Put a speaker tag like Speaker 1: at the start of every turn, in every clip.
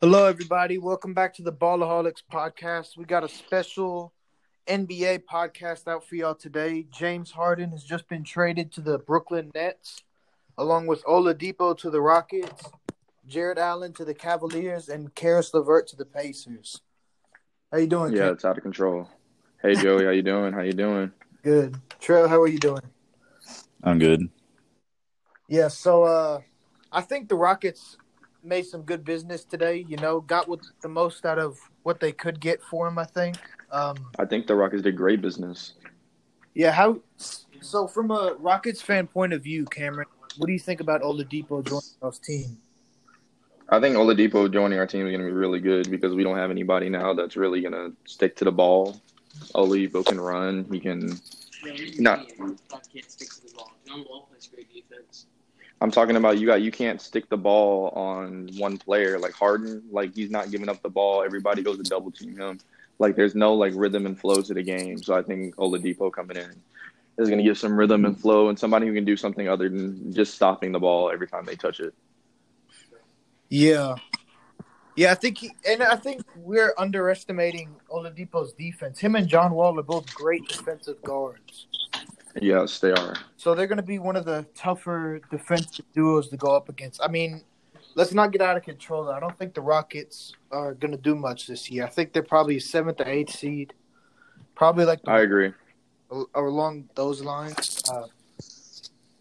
Speaker 1: Hello, everybody. Welcome back to the Ballaholics podcast. We got a special NBA podcast out for y'all today. James Harden has just been traded to the Brooklyn Nets, along with Oladipo to the Rockets, Jared Allen to the Cavaliers, and Karis LeVert to the Pacers. How you doing?
Speaker 2: Yeah,
Speaker 1: Kid?
Speaker 2: it's out of control. Hey Joey, how you doing? How you doing?
Speaker 1: Good. Trey, how are you doing?
Speaker 3: I'm good.
Speaker 1: Yeah, so uh, I think the Rockets made some good business today. You know, got what the most out of what they could get for him. I think. Um,
Speaker 2: I think the Rockets did great business.
Speaker 1: yeah. How? So, from a Rockets fan point of view, Cameron, what do you think about Oladipo joining our team?
Speaker 2: I think Oladipo joining our team is going to be really good because we don't have anybody now that's really going to stick to the ball. Oladipo can run. He can.
Speaker 4: Not. Can't stick to the ball. John Wall plays great defense.
Speaker 2: I'm talking about you got. You can't stick the ball on one player like Harden. Like he's not giving up the ball. Everybody goes to double team him. Like there's no like rhythm and flow to the game. So I think Oladipo coming in is going to give some rhythm and flow and somebody who can do something other than just stopping the ball every time they touch it.
Speaker 1: Yeah. Yeah, I think he, and I think we're underestimating Oladipo's defense. Him and John Wall are both great defensive guards.
Speaker 2: Yes, they are.
Speaker 1: So they're going to be one of the tougher defensive duos to go up against. I mean, let's not get out of control. I don't think the Rockets are going to do much this year. I think they're probably seventh or eighth seed, probably like
Speaker 2: I agree.
Speaker 1: or along those lines. Uh,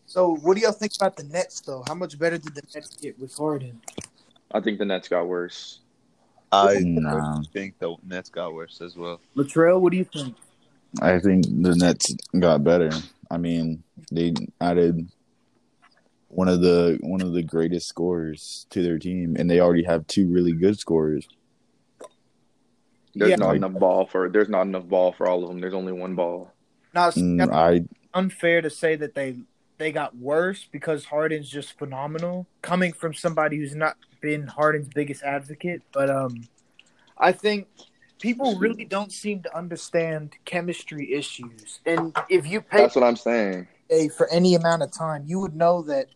Speaker 1: so, what do y'all think about the Nets, though? How much better did the Nets get with Harden?
Speaker 2: I think the Nets got worse.
Speaker 5: I
Speaker 3: Nah.
Speaker 5: think the Nets got worse as well.
Speaker 1: Latrell, what do you think?
Speaker 3: I think the Nets got better. I mean, they added one of the one of the greatest scorers to their team, and they already have two really good scorers.
Speaker 2: There's
Speaker 1: Yeah.
Speaker 2: not enough ball for there's not enough ball for all of them. There's only one ball.
Speaker 1: No, it's
Speaker 3: Mm, I
Speaker 1: unfair to say that they they got worse because Harden's just phenomenal. Coming from somebody who's not been Harden's biggest advocate, but um, I think people really don't seem to understand chemistry issues. And if you pay
Speaker 2: That's what I'm saying.
Speaker 1: a for any amount of time, you would know that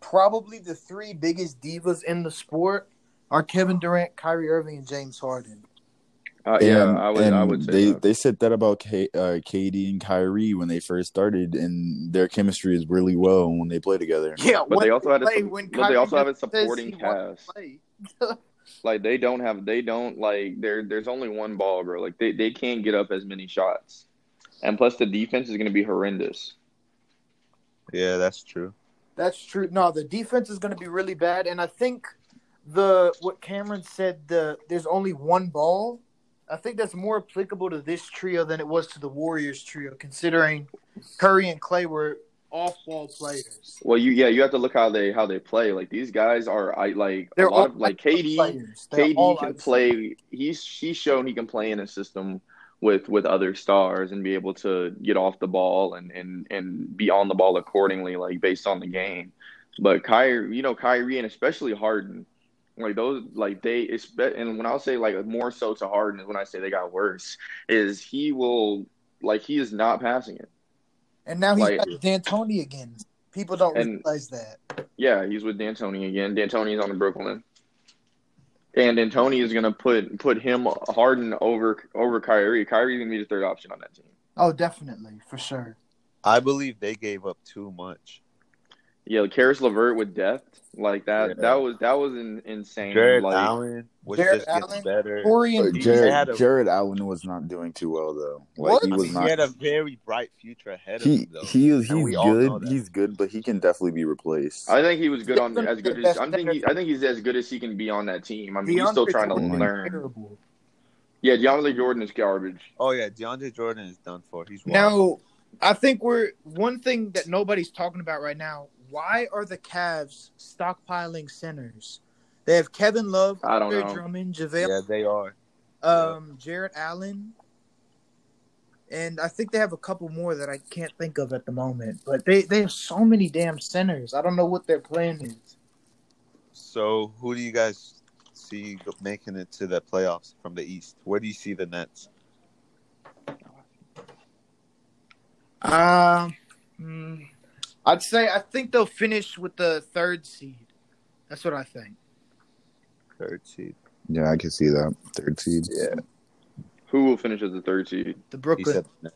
Speaker 1: probably the three biggest divas in the sport are Kevin Durant, Kyrie Irving, and James Harden.
Speaker 2: Uh, yeah,
Speaker 3: and-
Speaker 2: I would.
Speaker 3: and
Speaker 2: I would say
Speaker 3: they
Speaker 2: that.
Speaker 3: they said that about K, uh, KD and Kyrie when they first started, and their chemistry is really well when they play together.
Speaker 1: Yeah,
Speaker 2: but they also had a,
Speaker 1: play
Speaker 2: sup-
Speaker 1: when
Speaker 2: but they
Speaker 1: Kyrie
Speaker 2: also have a
Speaker 1: just says
Speaker 2: supporting
Speaker 1: he wants
Speaker 2: cast.
Speaker 1: to play.
Speaker 2: Like they don't have they don't like there there's only one ball, bro. Like they, they can't get up as many shots. And plus the defense is gonna be horrendous.
Speaker 5: Yeah, that's true.
Speaker 1: That's true. No, the defense is going to be really bad, and I think the what Cameron said the there's only one ball. I think that's more applicable to this trio than it was to the Warriors trio, considering Curry and Clay were off-ball players.
Speaker 2: Well you yeah, you have to look how they how they play. Like these guys are I like
Speaker 1: They're
Speaker 2: a lot
Speaker 1: all
Speaker 2: of like
Speaker 1: ISO
Speaker 2: KD
Speaker 1: players. They're all
Speaker 2: KD can
Speaker 1: ISO.
Speaker 2: play. He's he's shown he can play in a system with with other stars and be able to get off the ball and and and be on the ball accordingly, like based on the game. But Kyrie, you know Kyrie and especially Harden, like those like they expect. And when I'll say like more so to Harden is when I say they got worse is he will like he is not passing it.
Speaker 1: and now he's
Speaker 2: like-
Speaker 1: got D'Antoni again. People don't
Speaker 2: And-
Speaker 1: realize that.
Speaker 2: Yeah, he's with D'Antoni again. D'Antoni's on the Brooklyn, and D'Antoni is gonna put put him Harden over over Kyrie. Kyrie's gonna be the third option on that team.
Speaker 1: Oh, definitely for sure.
Speaker 5: I believe they gave up too much.
Speaker 2: Yeah, like Karis LeVert with depth like that.
Speaker 5: Yeah.
Speaker 2: That was that was in, insane.
Speaker 5: Jared
Speaker 2: like,
Speaker 5: Allen was
Speaker 1: Jared
Speaker 5: just getting
Speaker 1: Allen,
Speaker 5: better.
Speaker 1: Corey
Speaker 3: But
Speaker 1: and
Speaker 5: He had
Speaker 3: Jared
Speaker 5: a-
Speaker 3: Jared Allen was not doing too well though. Like
Speaker 1: What?
Speaker 3: he
Speaker 5: I
Speaker 3: was
Speaker 5: mean,
Speaker 3: not.
Speaker 5: he had a very bright future ahead of
Speaker 3: he
Speaker 5: him, though.
Speaker 3: he is
Speaker 5: And
Speaker 3: he's
Speaker 5: we all know
Speaker 3: good.
Speaker 5: that.
Speaker 3: He's good, but he can definitely be replaced.
Speaker 2: I think he was good on
Speaker 1: He's
Speaker 2: as good
Speaker 1: the
Speaker 2: as
Speaker 1: best
Speaker 2: I think he, I think he's as good as he can be on that team. I mean, he's
Speaker 1: DeAndre
Speaker 2: um, still trying to
Speaker 1: Jordan is
Speaker 2: learn.
Speaker 1: terrible.
Speaker 2: Yeah, DeAndre Jordan is garbage.
Speaker 5: oh yeah, DeAndre Jordan is done for. He's wild.
Speaker 1: Now, I think we're one thing that nobody's talking about right now. Why are the Cavs stockpiling centers? They have Kevin Love,
Speaker 2: I don't
Speaker 1: Andre
Speaker 2: know.
Speaker 1: Drummond,
Speaker 5: yeah,
Speaker 1: JaVale,
Speaker 5: they are.
Speaker 1: um, Jared Allen, and I think they have a couple more that I can't think of at the moment. But they they have so many damn centers. I don't know what their plan is.
Speaker 5: So who do you guys see go- making it to the playoffs from the East? Where do you see the Nets?
Speaker 1: Um, mm, I'd say I think they'll finish with the third seed. That's what I think.
Speaker 5: Third seed.
Speaker 3: Yeah, I can see that third seed.
Speaker 2: Yeah. Who will finish as the third seed?
Speaker 1: The
Speaker 5: He
Speaker 1: Brooklyn.
Speaker 5: said that.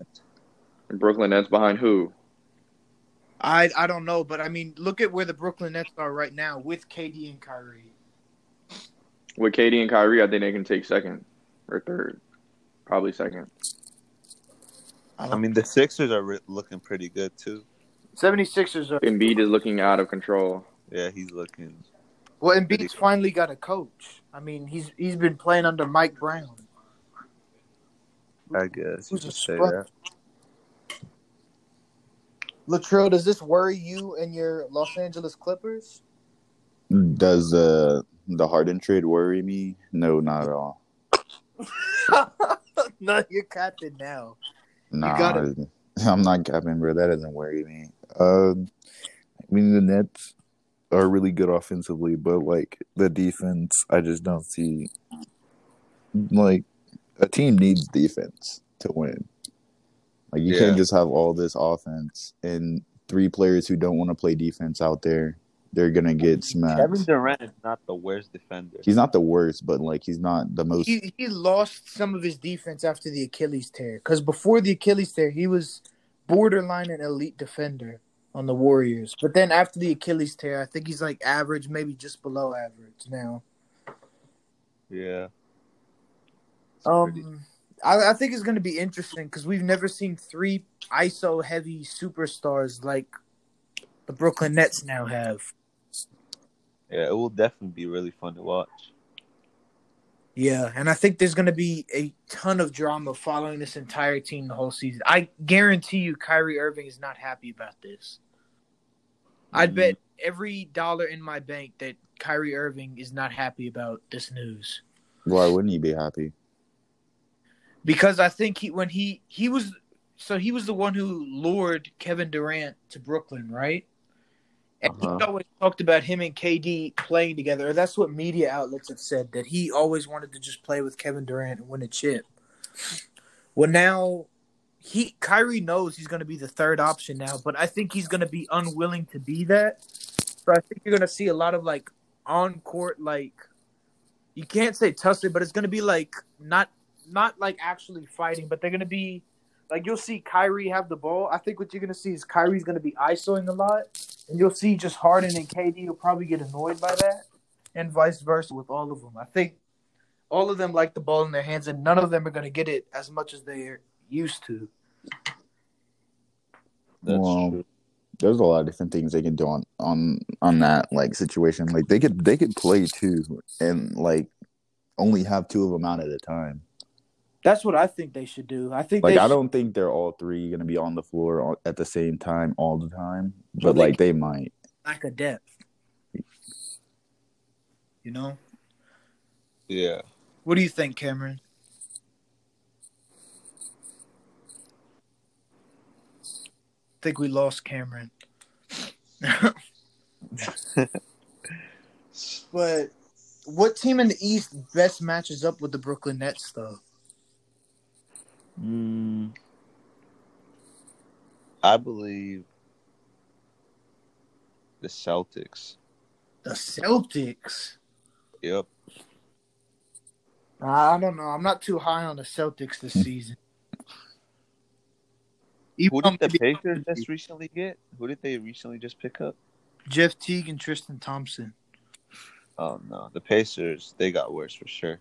Speaker 2: The Brooklyn Nets behind who?
Speaker 1: I I don't know, but I mean, look at where the Brooklyn Nets are right now with KD and Kyrie.
Speaker 2: With Katie and Kyrie, I think they can take second or third, probably second.
Speaker 5: I mean, the Sixers are re- looking pretty good too.
Speaker 1: 76ers are
Speaker 2: Embiid is looking out of control.
Speaker 5: Yeah, he's looking.
Speaker 1: well. Embiid's finally got a coach. I mean, he's he's been playing under Mike Brown.
Speaker 5: I guess you
Speaker 1: Who's a
Speaker 5: could say
Speaker 1: scrub?
Speaker 5: that.
Speaker 1: Latrell, does this worry you and your Los Angeles Clippers?
Speaker 3: Does the the Harden trade worry me? No, not at all.
Speaker 1: no, you're captain now.
Speaker 3: Nah,
Speaker 1: got
Speaker 3: I'm not capping, bro. That doesn't worry me. Um, I mean, the Nets are really good offensively, but like the defense, I just don't see. Like, a team needs defense to win. Like, you
Speaker 5: Yeah.
Speaker 3: can't just have all this offense and three players who don't want to play defense out there. They're gonna get
Speaker 5: Kevin
Speaker 3: smashed.
Speaker 5: Durant is not the worst defender.
Speaker 3: He's not the worst, but like he's not the most.
Speaker 1: He he lost some of his defense after the Achilles tear because before the Achilles tear, he was borderline an elite defender on the Warriors. But then after the Achilles tear, I think he's like average, maybe just below average now.
Speaker 5: Yeah. It's pretty-
Speaker 1: Um, I, I think it's going to be interesting because we've never seen three ISO heavy superstars like the Brooklyn Nets now have.
Speaker 5: yeah, it will definitely be really fun to watch.
Speaker 1: Yeah, and I think there's going to be a ton of drama following this entire team the whole season. I guarantee you, Kyrie Irving is not happy about this. I'd bet every dollar in my bank that Kyrie Irving is not happy about this news.
Speaker 3: Why wouldn't he be happy?
Speaker 1: because I think he when he he was so he was the one who lured Kevin Durant to Brooklyn, right? And he
Speaker 5: Uh-huh.
Speaker 1: always talked about him and KD playing together. Or that's what media outlets have said that he always wanted to just play with Kevin Durant and win a chip. Well, now he Kyrie knows he's going to be the third option now, but I think he's going to be unwilling to be that. So I think you're going to see a lot of like on court like you can't say tussle, but it's going to be like not not like actually fighting, but they're gonna be like you'll see Kyrie have the ball. I think what you're gonna see is Kyrie's gonna be isoing a lot, and you'll see just Harden and KD will probably get annoyed by that, and vice versa with all of them. I think all of them like the ball in their hands, and none of them are gonna get it as much as they're used to.
Speaker 5: That's
Speaker 3: Well,
Speaker 5: true.
Speaker 3: there's a lot of different things they can do on on on that like situation. Like they could they could play two and like only have two of them out at a time.
Speaker 1: That's what I think they should do. I think
Speaker 3: Like
Speaker 1: they
Speaker 3: I
Speaker 1: should-
Speaker 3: don't think they're all three gonna be on the floor all, at the same time all the time,
Speaker 1: Well,
Speaker 3: but
Speaker 1: they
Speaker 3: like they might.
Speaker 1: lack of depth. You know,
Speaker 5: Yeah.
Speaker 1: what do you think, Cameron? I think we lost Cameron. but what team in the East best matches up with the Brooklyn Nets, though?
Speaker 5: Mm. I believe the Celtics.
Speaker 1: The Celtics.
Speaker 5: Yep.
Speaker 1: I I don't know. I'm not too high on the Celtics this
Speaker 3: Hmm.
Speaker 1: season. Even
Speaker 5: Who
Speaker 1: though
Speaker 5: did the
Speaker 1: maybe
Speaker 5: Pacers just recently get? Who did they recently just pick up?
Speaker 1: Jeff Teague and Tristan Thompson.
Speaker 5: Oh no, the Pacers. They got worse for sure.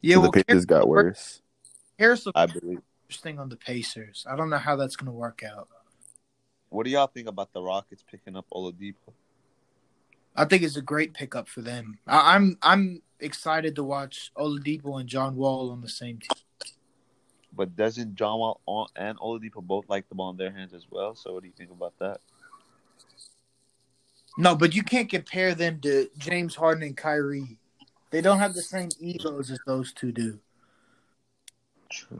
Speaker 1: Yeah,
Speaker 3: So the
Speaker 1: well,
Speaker 3: Pacers
Speaker 1: Harris,
Speaker 3: got worse.
Speaker 1: Harris looks
Speaker 5: I believe.
Speaker 1: interesting on the Pacers. I don't know how that's going to work out.
Speaker 5: What do y'all think about the Rockets picking up Oladipo?
Speaker 1: I think it's a great pickup for them. I, I'm I'm excited to watch Oladipo and John Wall on the same team.
Speaker 5: But doesn't John Wall on- and Oladipo both like the ball in their hands as well? So what do you think about that?
Speaker 1: No, but you can't compare them to James Harden and Kyrie. They don't have the same egos as those two do.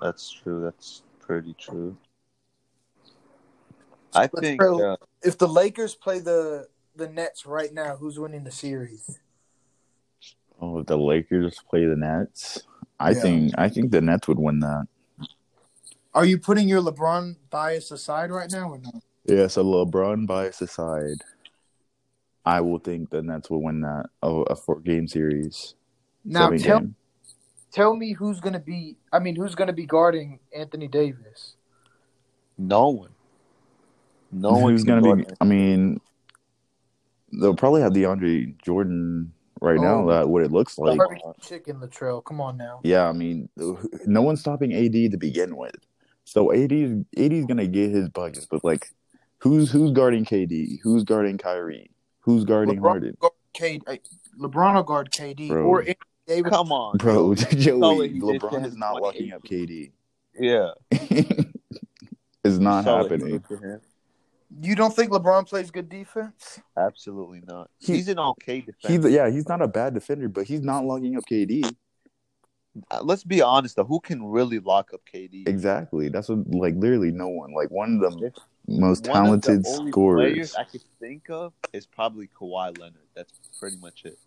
Speaker 5: That's true. That's pretty true. I
Speaker 1: But
Speaker 5: think
Speaker 1: Trell-
Speaker 5: uh,
Speaker 1: If the Lakers play the the Nets right now, who's winning the series?
Speaker 3: Oh, if the Lakers play the Nets. I
Speaker 1: Yeah.
Speaker 3: think I think the Nets would win that.
Speaker 1: Are you putting your LeBron bias aside right now or not?
Speaker 3: Yeah, so LeBron bias aside. I will think the Nets will win that a, a four game series.
Speaker 1: Now
Speaker 3: seven
Speaker 1: tell
Speaker 3: game.
Speaker 1: tell me who's gonna be. I mean, who's gonna be guarding Anthony Davis?
Speaker 5: No one. No
Speaker 3: who's
Speaker 5: one's
Speaker 3: gonna
Speaker 5: going
Speaker 3: be. I mean, they'll probably have DeAndre Jordan right now.
Speaker 1: Oh.
Speaker 3: That what it looks like.
Speaker 1: Garbage chicken Latrell. Come on now.
Speaker 3: Yeah, I mean, no one's stopping AD to begin with. So AD, is- AD is gonna get his buckets, but like, who's who's guarding KD? Who's guarding Kyrie? Who's guarding
Speaker 1: LeBron
Speaker 3: Harden?
Speaker 1: guard KD. uh, LeBron will guard KD
Speaker 3: Bro.
Speaker 1: or Anthony Davis.
Speaker 5: Come on,
Speaker 3: Bro, Joey,
Speaker 5: he just
Speaker 3: LeBron
Speaker 5: hit
Speaker 3: is not
Speaker 5: 28.
Speaker 3: locking up KD.
Speaker 5: Yeah,
Speaker 3: it's not
Speaker 5: Saw what he
Speaker 3: happening.
Speaker 5: did to him.
Speaker 1: You don't think LeBron plays good defense?
Speaker 5: Absolutely not.
Speaker 3: He-
Speaker 5: he's an okay defender.
Speaker 3: He's yeah, he's not a bad defender, but he's not locking up KD.
Speaker 5: Uh, let's be honest though, who can really lock up KD?
Speaker 3: Exactly. That's what like literally no one. Like one of the
Speaker 5: If
Speaker 3: most
Speaker 5: One of the
Speaker 3: talented
Speaker 5: only
Speaker 3: scorers.
Speaker 5: Players I could think of is probably Kawhi Leonard. That's pretty much it.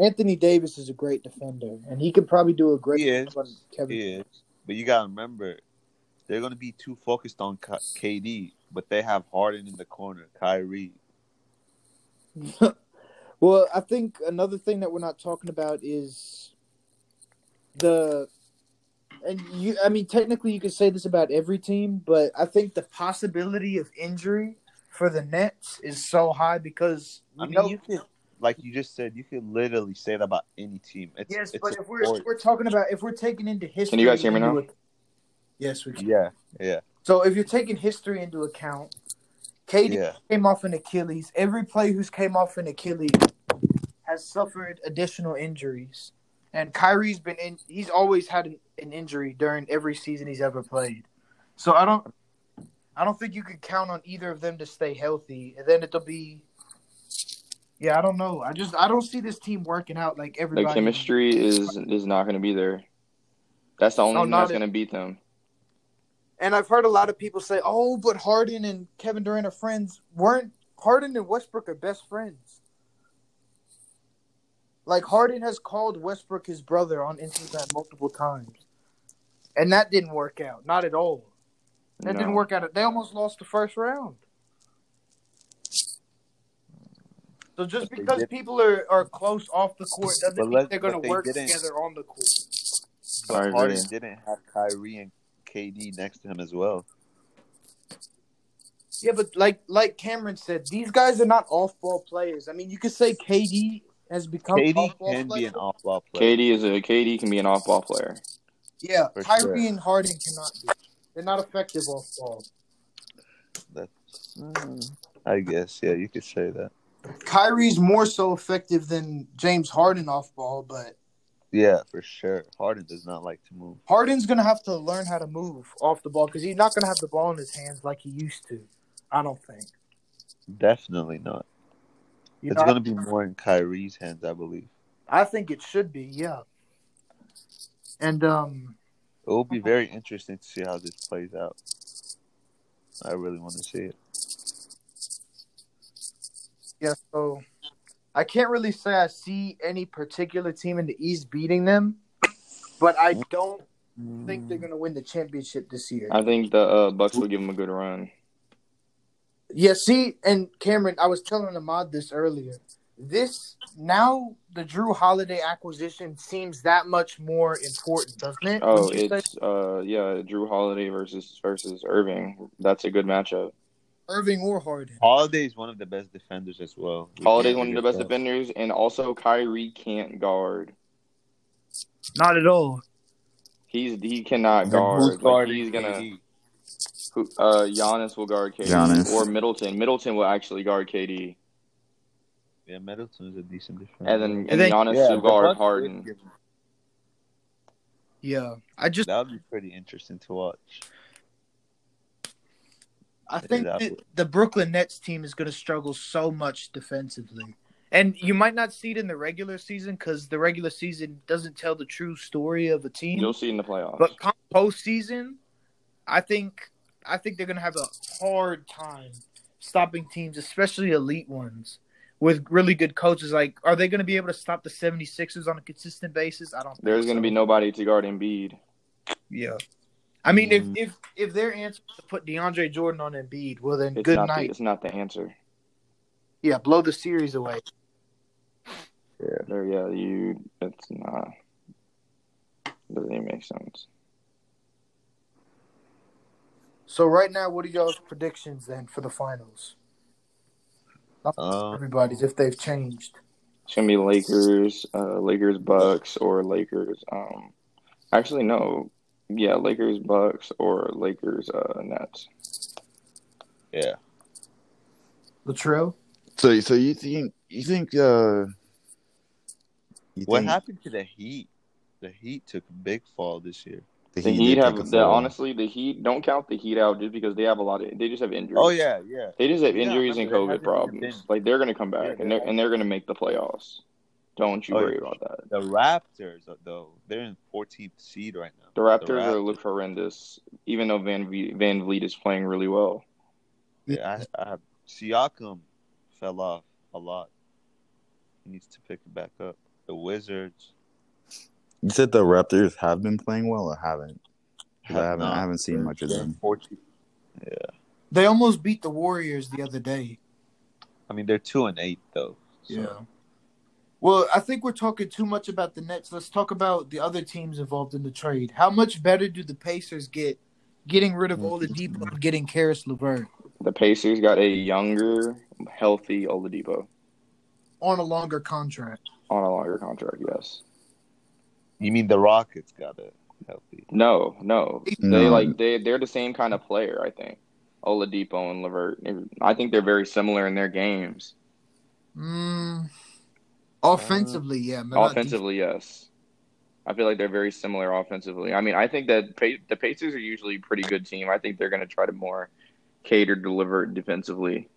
Speaker 1: Anthony Davis is a great defender, and he could probably do a great
Speaker 5: He
Speaker 1: job on
Speaker 5: is.
Speaker 1: Kevin.
Speaker 5: Is but you gotta remember, they're gonna be too focused on Ka- KD, but they have Harden in the corner, Kyrie.
Speaker 1: Well, I think another thing that we're not talking about is the and you I mean technically you could say this about every team, but I think the possibility of injury for the Nets is so high because we
Speaker 5: I mean,
Speaker 1: know-
Speaker 5: you could, like you just said, you could literally say that about any team. It's,
Speaker 1: yes,
Speaker 5: it's
Speaker 1: but
Speaker 5: a
Speaker 1: if we're
Speaker 5: sport.
Speaker 1: if we're talking about if we're taking into history
Speaker 2: you guys hear me
Speaker 1: into
Speaker 2: now?
Speaker 1: ac- yes, we can.
Speaker 5: yeah, yeah,
Speaker 1: So if you're taking history into account, KD
Speaker 5: yeah.
Speaker 1: came off an Achilles. Every player who's came off an Achilles has suffered additional injuries. And Kyrie's been in he's always had an, an injury during every season he's ever played. So I don't I don't think you could count on either of them to stay healthy. And then it'll be Yeah, I don't know. I just I don't see this team working out like
Speaker 2: The
Speaker 1: everybody.
Speaker 2: chemistry is is not going to be there. That's the only
Speaker 1: No,
Speaker 2: thing
Speaker 1: not
Speaker 2: that's
Speaker 1: if-
Speaker 2: going to beat them.
Speaker 1: And I've heard a lot of people say, "Oh, but Harden and Kevin Durant are friends." Weren't Harden and Westbrook are best friends? Like Harden has called Westbrook his brother on Instagram multiple times, and that didn't work out. Not at all. That
Speaker 2: No.
Speaker 1: didn't work out. They almost lost the first round. So just
Speaker 5: But they
Speaker 1: because
Speaker 5: did-
Speaker 1: people are, are close off the court doesn't
Speaker 5: But
Speaker 1: mean
Speaker 5: let-
Speaker 1: they're going
Speaker 5: but
Speaker 1: to
Speaker 5: they
Speaker 1: work
Speaker 5: didn't.
Speaker 1: together on the court.
Speaker 2: I
Speaker 5: But
Speaker 2: agree.
Speaker 5: Harden didn't have Kyrie and KD next to him as well.
Speaker 1: Yeah, but like like Cameron said, these guys are not off ball players. I mean, you could say KD has become
Speaker 5: KD
Speaker 1: off-ball
Speaker 5: can be
Speaker 1: player.
Speaker 5: an off-ball player.
Speaker 2: KD is a KD can be an off ball player.
Speaker 1: Yeah,
Speaker 5: For
Speaker 1: Kyrie
Speaker 5: sure.
Speaker 1: and Harden cannot be. They're not effective off ball.
Speaker 5: That's, mm, I guess, yeah, you could say that.
Speaker 1: Kyrie's more so effective than James Harden off ball, but
Speaker 5: Yeah, for sure. Harden does not like to move.
Speaker 1: Harden's gonna have to learn how to move off the ball because he's not gonna have the ball in his hands like he used to. I don't think.
Speaker 5: Definitely not.
Speaker 1: You
Speaker 5: it's
Speaker 1: know,
Speaker 5: going to be more in Kyrie's hands, I believe.
Speaker 1: I think it should be, yeah. And um,
Speaker 5: It will be very interesting to see how this plays out. I really want to see it.
Speaker 1: Yeah, so I can't really say I see any particular team in the East beating them, but I don't think they're going to win the championship this year.
Speaker 2: I think the uh, Bucks will give him a good run.
Speaker 1: Yeah, see, and Cameron, I was telling Ahmad this earlier. This now the Drew Holiday acquisition seems that much more important, doesn't it?
Speaker 2: Oh,
Speaker 1: Wouldn't you say?
Speaker 2: it's uh yeah, Drew Holiday versus versus Irving. That's a good matchup.
Speaker 1: Irving or Harden.
Speaker 5: Holiday is one of the best defenders as well. We
Speaker 2: Holiday's
Speaker 5: can't
Speaker 2: one of the
Speaker 5: forget
Speaker 2: best
Speaker 5: that.
Speaker 2: defenders, and also Kyrie can't guard.
Speaker 1: Not at all.
Speaker 2: He's he cannot
Speaker 5: And
Speaker 2: guard.
Speaker 5: who's guarding
Speaker 2: like he's gonna
Speaker 5: KD?
Speaker 2: who, uh Giannis will guard KD
Speaker 3: Giannis.
Speaker 2: or Middleton. Middleton will actually guard KD,
Speaker 5: Yeah, Middleton's a decent defender.
Speaker 2: and then
Speaker 1: And
Speaker 2: and
Speaker 1: then-
Speaker 2: Giannis
Speaker 5: yeah,
Speaker 2: will
Speaker 5: the
Speaker 2: guard
Speaker 5: Bucks would
Speaker 2: Harden.
Speaker 5: give him-
Speaker 1: Yeah, I just
Speaker 5: That would be pretty interesting to watch.
Speaker 1: I think
Speaker 5: that
Speaker 1: that
Speaker 5: would-
Speaker 1: the Brooklyn Nets team is going to struggle so much defensively. And you might not see it in the regular season because the regular season doesn't tell the true story of a team.
Speaker 2: You'll see in the playoffs.
Speaker 1: But come postseason, I think I think they're going to have a hard time stopping teams, especially elite ones, with really good coaches. Like, are they going to be able to stop the 76ers on a consistent basis? I don't think
Speaker 2: There's gonna
Speaker 1: so.
Speaker 2: be nobody to guard Embiid.
Speaker 1: Yeah. I mean,
Speaker 5: Mm.
Speaker 1: if, if if their answer is to put DeAndre Jordan on Embiid, well then,
Speaker 2: It's
Speaker 1: good
Speaker 2: not
Speaker 1: night.
Speaker 2: The, it's not the answer.
Speaker 1: Yeah, blow the series away.
Speaker 2: Or, yeah, you. That's not. Doesn't even make sense.
Speaker 1: So right now, what are y'all's predictions then for the finals? Not
Speaker 5: Um,
Speaker 1: everybody's if they've changed.
Speaker 2: It's gonna be Lakers, uh, Lakers Bucks, or Lakers. Um, actually, no. Yeah, Lakers Bucks or Lakers uh, Nets.
Speaker 5: Yeah.
Speaker 1: Latrell,
Speaker 3: So, so you think you think uh, you
Speaker 5: What
Speaker 3: think
Speaker 5: happened to the Heat? The Heat took a big fall this year.
Speaker 3: The
Speaker 2: The
Speaker 3: Heat,
Speaker 2: Heat
Speaker 3: did
Speaker 2: have
Speaker 3: take a
Speaker 2: the,
Speaker 3: fall?
Speaker 2: honestly the Heat. Don't count the Heat out just because they have a lot of. They just have injuries.
Speaker 5: Oh yeah, yeah.
Speaker 2: They just have
Speaker 5: Yeah, I
Speaker 2: injuries and COVID
Speaker 5: remember they haven't even
Speaker 2: problems.
Speaker 5: been-
Speaker 2: Like they're gonna come back
Speaker 5: Yeah,
Speaker 2: and
Speaker 5: they're-
Speaker 2: they're and they're gonna make the playoffs. Don't you
Speaker 5: Oh, yeah.
Speaker 2: worry about that.
Speaker 5: The Raptors though, they're in 14th seed right now.
Speaker 2: The Raptors, are look horrendous, even though Van v- Van Vliet is playing really well.
Speaker 5: Yeah, I, I, Siakam fell off a lot. He needs to pick it back up. The Wizards.
Speaker 3: You said the Raptors have been playing well or haven't? 'Cause I haven't,
Speaker 5: not-
Speaker 3: I haven't seen much of
Speaker 5: they're in
Speaker 3: them.
Speaker 5: 14th.
Speaker 1: they almost beat the Warriors the other day.
Speaker 5: I mean, they're two and eight though. So.
Speaker 1: Well, I think we're talking too much about the Nets. Let's talk about the other teams involved in the trade. How much better do the Pacers get getting rid of Oladipo and getting Karis LeVert
Speaker 2: The Pacers got a younger, healthy Oladipo
Speaker 1: on a longer contract?
Speaker 2: on a longer contract. Yes.
Speaker 5: You mean the Rockets got it healthy?
Speaker 2: No, no. They
Speaker 3: No.
Speaker 2: like they they're the same kind of player. I think Oladipo and Levert. I think they're very similar in their games.
Speaker 1: Mm, offensively, yeah. but not
Speaker 2: offensively, yes. I feel like they're very similar offensively. I mean, I think that pa- the Pacers are usually a pretty good team. I think they're going to try to more cater to Levert defensively.